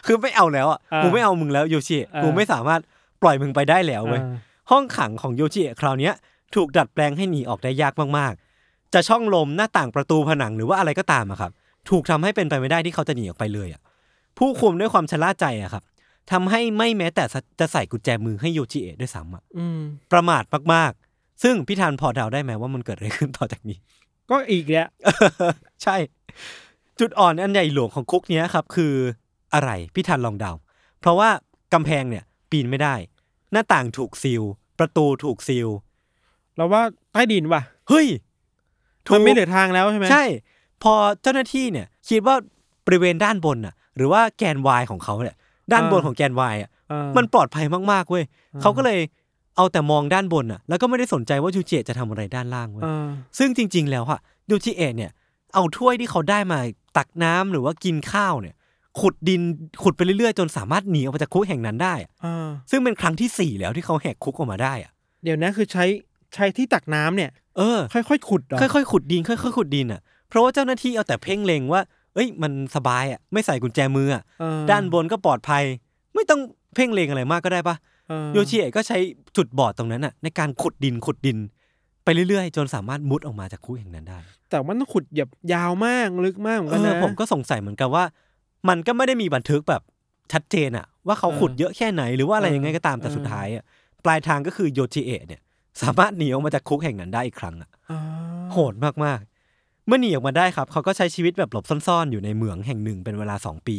Speaker 2: คือไม่เอาแล้วอ่ะ
Speaker 3: อ่ากู
Speaker 2: กูไม่เอามึงแล้วโยชิเอะ
Speaker 3: อ่ากู
Speaker 2: กูไม่สามารถปล่อยมึงไปได้แล้วเว้ย
Speaker 3: อ่า
Speaker 2: ห้องขังของโยชิเอะคราวเนี้ยถูกดัดแปลงให้หนีออกได้ยากมากๆ จะช่องลมหน้าต่างประตูผนังหรือว่าอะไรก็ตามอะครับ ถูกทำให้เป็นไปไม่ได้ที่เขาจะหนีออกไปเลยอะผู้คุมด้วยความชะล่าใจอะครับทำให้ไม่แม้แต่จะใส่กุญแจมือให้โยชิเอะด้วยซ้ำอะ
Speaker 3: อืม
Speaker 2: ประมาทมากๆ ซึ่งพี่ธานพอเดาได้ไหมว่ามันเกิดอะไรขึ้นต่อจากนี้
Speaker 3: ก็อีกแล้ว
Speaker 2: ใช่ จุดอ่อนอันใหญ่หลวงของคุกเนี้ยครับ คืออะไรพี่ทันลองเดา เพราะว่ากำแพงเนี่ย ปีนไม่ได้ หน้าต่างถูกซีล ประตูถูกซีล
Speaker 3: เราว่าใต้ดินว่ะ
Speaker 2: เฮ้ย
Speaker 3: มันไม่เหลือทางแล้วใช่ไหม
Speaker 2: ใช่ พอเจ้าหน้าที่เนี่ย คิดว่าบริเวณด้านบนน่ะ หรือว่าแกนวายของเขาเนี่ย ด้านบนของแกนวายอ่ะ
Speaker 3: เออ
Speaker 2: มันปลอดภัยมากๆเว้ยเขาก็เลยเอาแต่มองด้านบนน่ะ แล้วก็ไม่ได้สนใจว่าจูเจจะทำอะไรด้านล่างเว้ย
Speaker 3: เออ
Speaker 2: ซึ่งจริง ๆ แล้วอะดูจิเอะเนี่ย เอาถ้วยที่เขาได้มาตักน้ำหรือว่ากินข้าวเนี่ย ขุดดินขุดไปเรื่อยๆ จนสามารถหนีออกมาจากคุกแห่งนั้นได้อะ
Speaker 3: เออ
Speaker 2: ซึ่งเป็นครั้งที่สี่แล้วที่เขาแหกคุกออกมาได้อะ
Speaker 3: เดี๋ยวนะคือใช้ใช้ที่ตักน้ำเนี่ย
Speaker 2: เออ
Speaker 3: ค่อยๆขุดเหรอ
Speaker 2: ค่อยๆขุดดินค่อยๆขุดดินอะเพราะว่าเจ้าหน้าที่เอาแต่เพ่งเล็งว่า เอ้ยมันสบายอ่ะไม่ใส่กุญแจมืออ่ะ
Speaker 3: เออ
Speaker 2: ด้านบนก็ปลอดภัย ไม่ต้องเพ่งเลงอะไรมากก็ได้ปะ
Speaker 3: เออ
Speaker 2: โยชิเอะก็ใช้จุดบอดตรงนั้นอ่ะในการขุดดินขุดดิน ไปเรื่อยๆ จนสามารถมุดออกมาจากคุกแห่งนั้นได้
Speaker 3: แต่มันต้องขุดหยับยาวมากลึกมากเหมือน
Speaker 2: เอ
Speaker 3: กัน
Speaker 2: อ
Speaker 3: นะ
Speaker 2: ผมก็สงสัยเหมือนกันว่า มันก็ไม่ได้มีบันทึกแบบชัดเจนอ่ะ ว่าเขา
Speaker 3: เออ
Speaker 2: ขุดเยอะแค่ไหนหรือว่าอะไรยังไงก็ตามแต่
Speaker 3: เออ
Speaker 2: สุดท้ายอ่ะปลายทางก็คือโยชิเอะเนี่ย สามารถหนีออกมาจากคุกแห่งนั้นได้อีกครั้งอ่ะ
Speaker 3: อ่า
Speaker 2: โหดมากๆ เมื่อหนีออกมาได้ครับ เขาก็ใช้ชีวิตแบบหลบซ่อนๆ อยู่ในเหมืองแห่งหนึ่งเป็นเวลา 2 ปี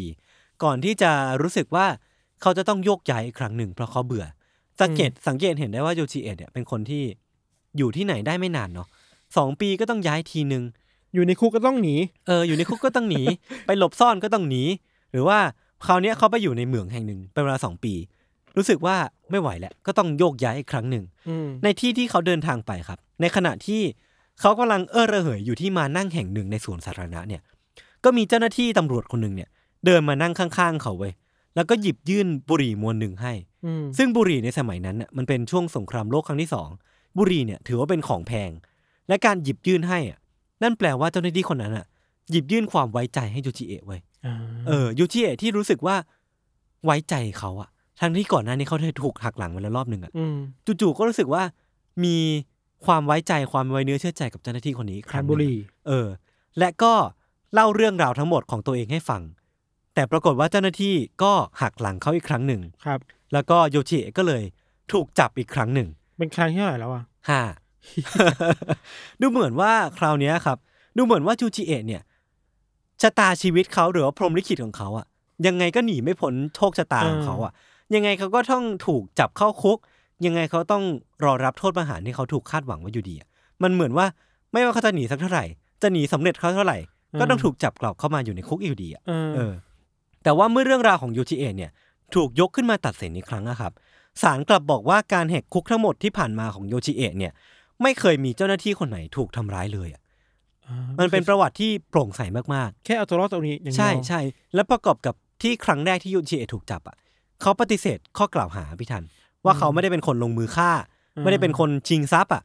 Speaker 2: ก่อนที่จะรู้สึกว่าเขาจะต้องโยกย้ายอีกครั้งหนึ่งเพราะเขาเบื่อ สังเกตสังเกตเห็นได้ว่าโยชิเอะเนี่ยเป็นคนที่อยู่ที่ไหนได้ไม่นานเนาะสองปีก็ต้องย้ายทีหนึ่ง
Speaker 3: อยู่ในคุกก็ต้องหนี
Speaker 2: เอออยู่ในคุกก็ต้องหนี ไปหลบซ่อนก็ต้องหนี หรือว่าคราวเนี้ยเขาไปอยู่ในเหมืองแห่งหนึ่งเป็นเวลาสองปี รู้สึกว่าไม่ไหวแล้วก็ต้องโยกย้ายอีกครั้งหนึ่ง
Speaker 3: อืม
Speaker 2: ในที่ที่เขาเดินทางไปครับ ในขณะที่เขากำลังเอ้อระเหยอยู่ที่มานั่งแห่งหนึ่งในสวนสาธารณะเนี่ย ก็มีเจ้าหน้าที่ตำรวจคนหนึ่งเนี่ย เดินมานั่งข้างๆเขาเว้ยแล้วก็หยิบยื่นบุหรี่มวนหนึ่งให้
Speaker 3: อืม
Speaker 2: ซึ่งบุหรี่ในสมัยนั้นน่ะมันเป็นช่วงสงครามโลกครั้งที่สองบุหรี่เนี่ยถือว่าเป็นของแพง และการหยิบยื่นให้อ่ะนั่นแปลว่าเจ้าหน้าที่คนนั้นอ่ะ หยิบยื่นความไว้ใจให้ยูจิเอะเว้ย
Speaker 3: อ่า
Speaker 2: เออยูจิเอะที่รู้สึกว่าไว้ใจเขาอ่ะ ทั้งที่ก่อนหน้านี้เขาเคยถูกหักหลังมาแล้วรอบหนึ่งอ่ะ
Speaker 3: อืม
Speaker 2: จู่ๆก็รู้สึกว่ามีความไว้ใจความไว้เนื้อเชื่อใจกับเจ้าหน้าที่คนนี้อีกค
Speaker 3: คา
Speaker 2: รั้
Speaker 3: น
Speaker 2: งห
Speaker 3: บุ
Speaker 2: นึ่ง
Speaker 3: รี
Speaker 2: เออ และก็เล่าเรื่องราวทั้งหมดของตัวเองให้ฟัง แต่ปรากฏว่าเจ้าหน้าที่ก็หักหลังเขาอีกครั้งหนึ่ง
Speaker 3: ครับ
Speaker 2: แล้วก็โยชิก็เลยถูกจับอีกครั้งหนึ่ง
Speaker 3: เป็นครั้งที่เท่าไหร่แล้วอ่ะ
Speaker 2: ห้า ดูเหมือนว่าคราวเนี้ยครับ ดูเหมือนว่าจูจิเอะเนี่ยชะตาชีวิตเขาหรือว่าพรหมลิขิตของเขาอะยังไงก็หนีไม่พ้นโชคชะตาของเขาอะยังไงเขาก็ต้องถูกจับเข้าคุก ยังไงเขาต้องรอรับโทษประหารที่เขาถูกคาดหวังไว่าอยู่ดีอะมันเหมือนว่าไม่ว่าเขาจะหนีสักเท่าไหร่ จะหนีสำเร็จเขาเท่าไหร่ ก็ต้องถูกจับกลับเข้ามาอยู่ในคุกอยู่ดีอะ
Speaker 3: เออ
Speaker 2: เออแต่ว่าเมื่อเรื่องราวของยูจิเอะเนี่ยถูกยกขึ้นมาตัดสินอีกครั้งนะครับศาลกลับบอกว่าการแหกคุกทั้งหมดที่ผ่านมาของโยชิเอะเนี่ยไม่เคยมีเจ้าหน้าที่คนไหนถูกทำร้ายเลยอะ
Speaker 3: อ่า
Speaker 2: มันเป็นประวัติที่โปร่งใสมาก
Speaker 3: แค่เอาตัวรอดตรงนี้อย่าง
Speaker 2: ๆ
Speaker 3: เดียว
Speaker 2: ใช่ใช่และประกอบกับที่ครั้งแรกที่ยูจิเอะถูกจับอ่ะเขาปฏิเสธข้อกล่าวหาพี่ทัน ว่าเขาไม่ได้เป็นคนลงมือฆ่า ไม่ได้เป็นคนชิงทรัพย์อ่ะ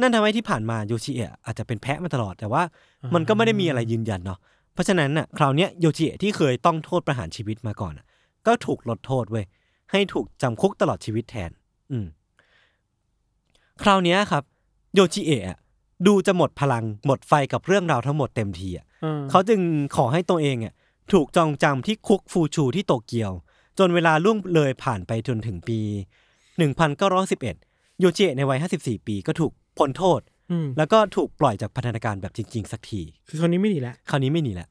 Speaker 2: นั่นทำให้ที่ผ่านมาโยชิเอะอาจจะเป็นแพะมาตลอดแต่ว่า มันก็ไม่ได้มีอะไรยืนยันเนาะ เพราะฉะนั้นน่ะคราวเนี้ยโยชิเอะที่เคยต้องโทษประหารชีวิตมาก่อนน่ะก็ถูกลดโทษเว้ยให้ถูกจำคุกตลอดชีวิตแทน อืม คราวเนี้ยครับ โยชิเอะอะดูจะหมดพลังหมดไฟกับเรื่องราวทั้งหมดเต็มทีอ่ะ
Speaker 3: ออ
Speaker 2: เขาจึงขอให้ตัวเองอ่ะถูกจองจำที่คุกฟูชูที่โตเกียว จนเวลาล่วงเลยผ่านไปจนถึงปี 1911 โยชิเอะในวัย 54 ปีก็ถูกพ้นโทษ
Speaker 3: อืม
Speaker 2: แล้วก็ถูกปล่อยจากพันธนาการแบบจริง ๆ สักที
Speaker 3: คือคนนี้ไม่หนีแล้ว
Speaker 2: คราวนี้ไม่หนีละ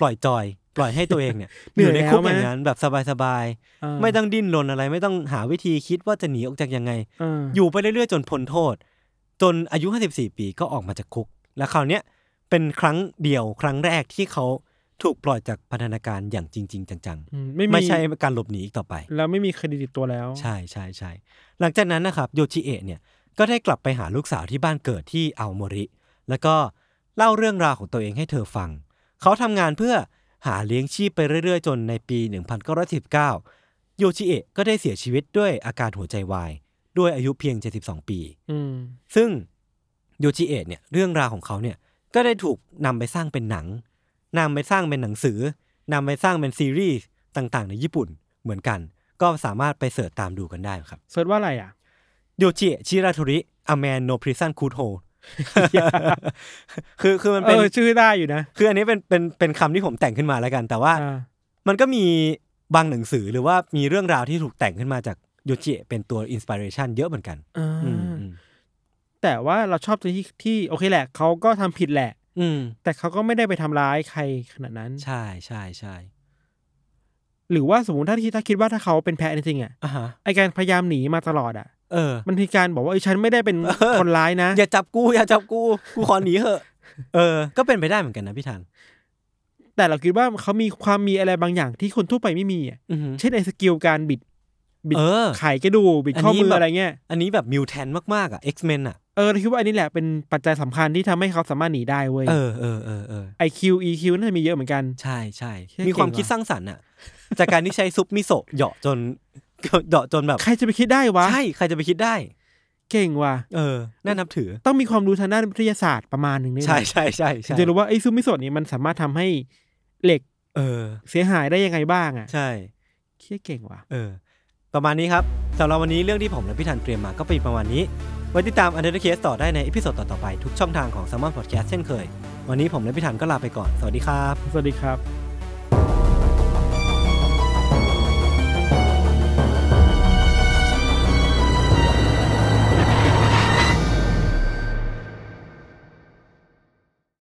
Speaker 2: ปล่อยจอย ปล่อยให้ตัวเองเนี่ย
Speaker 3: เหนื่
Speaker 2: อยู่
Speaker 3: อย
Speaker 2: ในคุกอ
Speaker 3: แล้วมั้ย
Speaker 2: ย่างนั้นแบบสบาย
Speaker 3: เออ
Speaker 2: ๆ ไม่ต้องดิ้นรนอะไร ไม่ต้องหาวิธีคิดว่าจะหนีออกจากยังไง
Speaker 3: เอออ
Speaker 2: อยู่ไปเรื่อยๆ จนพ้นโทษ จนอายุ 54 ปีก็ออกมาจากคุก และคราวเนี้ยเป็นครั้งเดียวครั้งแรกที่เขาถูกปล่อยจากพันธนาการอย่างจริง ๆ จัง
Speaker 3: อืมไม่
Speaker 2: ๆ
Speaker 3: มี
Speaker 2: ไม่ใช่การหลบหนีอีกต่อไป
Speaker 3: แล้วไม่มีคดีติดตัวแล้ว
Speaker 2: ใช่ใช่ใช่หลังจากนั้นนะครับโยชิเอะเนี่ยก็ได้กลับไปหาลูกสาวที่บ้านเกิดที่อัลโมริ แล้วก็เล่าเรื่องราวของตัวเองให้เธอฟัง เขาทำงานเพื่อหาเลี้ยงชีพไปเรื่อยๆ จนในปี 1919 โยชิเอะก็ได้เสียชีวิตด้วยอาการหัวใจวาย ด้วยอายุเพียง 72 ปี
Speaker 3: อืม
Speaker 2: ซึ่งโยชิเอะเนี่ยเรื่องราวของเขาเนี่ยก็ได้ถูกนำไปสร้างเป็นหนังนำไปสร้างเป็นหนังสือนำไปสร้างเป็นซีรีส์ต่างๆ ในญี่ปุ่นเหมือนกัน ก็สามารถไปเสิร์ชตามดูกันได้ครับ
Speaker 3: เสิร์ชว่าอะไรอ่ะ
Speaker 2: โยชิเอะชิราทุริอแมนโนพริซันคูโ e คือคือมัน
Speaker 3: เอ
Speaker 2: เป็น
Speaker 3: อชื่อได้อยู่นะ
Speaker 2: คืออันนี้เป็นเป็นเป็นคำที่ผมแต่งขึ้นมาแล้วกัน แต่ว่า
Speaker 3: อ่า
Speaker 2: มันก็มีบางหนังสือหรือว่ามีเรื่องราวที่ถูกแต่งขึ้นมาจากโยชิเอะเป็นตัวอินสปิเรชันเยอะเหมือนกัน
Speaker 3: อ่า
Speaker 2: อืมอืม
Speaker 3: แต่ว่าเราชอบตรงที่ที่โอเคแหละเขาก็ทำผิดแหละ
Speaker 2: อืม
Speaker 3: แต่เขาก็ไม่ได้ไปทำร้ายใครขนาดนั้น
Speaker 2: ใช่ใช่ใช่
Speaker 3: หรือว่าสมมติถ้าคิดถ้าคิดว่าถ้าเขาเป็นแพ้จริงๆอ่ะ
Speaker 2: อ่ะฮะ
Speaker 3: ไอการพยายามหนีมาตลอดอ่ะ
Speaker 2: เออ
Speaker 3: มันมีการบอกว่าเอ้ยฉันไม่ได้เป็น
Speaker 2: เออ
Speaker 3: คนร้ายนะ
Speaker 2: อย่าจับกูอย่าจับกูกูขอหนี เถอะ เออ ก็เป็นไปได้เหมือนกันนะพี่ทัน
Speaker 3: แต่เราคิดว่าเขามีความมีอะไรบางอย่างที่คนทั่วไปไม่มีอ่ะ
Speaker 2: อือหือ
Speaker 3: เช่นไอสกิลการบิด บิด
Speaker 2: เออ
Speaker 3: ไขกระดูกบิด
Speaker 2: อันนี้
Speaker 3: ข้อมือ
Speaker 2: แบบ
Speaker 3: อะไรเงี้ย
Speaker 2: อันนี้แบบมิวแทนมากๆอ่ะ X-Men อ่ะ
Speaker 3: เออเราคิดว่าอันนี้แหละเป็นปัจจัยสำคัญที่ทำให้เขาสามารถหนีได้เว้ย
Speaker 2: เออเออเออเออ
Speaker 3: ไอคิวอีคิวน่าจะมีเยอะเหมือนกัน
Speaker 2: ใช่ใช่
Speaker 3: เชี่ย
Speaker 2: มีความ
Speaker 3: เก่งว่ะ
Speaker 2: คิดสร้างสรรค์อ่ะ จากการที่ใช้ซุปมิโซะเหยาะจน เหยาะจนแบบ
Speaker 3: ใครจะไปคิดได้วะ
Speaker 2: ใช่ ใครจะไปคิดได้
Speaker 3: เก่งว่ะ
Speaker 2: เออ น่านับถือ
Speaker 3: ต้องมีความรู้ทางด้านวิทยาศาสตร์ประมาณหนึ่งด้วยนะ
Speaker 2: ใช่ใช่ใช่
Speaker 3: ถึง
Speaker 2: ใช่
Speaker 3: จะรู้ว่าไอซูมิโซะนี่มันสามารถทำให้ เหล็ก
Speaker 2: เออ
Speaker 3: เสียหายได้ยังไงบ้างอ่ะ
Speaker 2: ใช่
Speaker 3: เคี้ยเก่งว่ะ
Speaker 2: เออ ประมาณนี้ครับสำหรับวันนี้เรื่องที่ผมและพี่ธันเตรียมมาก็เป็นประมาณนี้ไว้ติดตาม u n d e r c a s e ต่อได้ในเอพิโซดต่อๆไปทุกช่องทางของ s ซ m o n Podcast เช่นเคย วันนี้ผมและพี่ธันก็ลาไปก่อน สวัสดีครับ
Speaker 3: สวัสดีครับ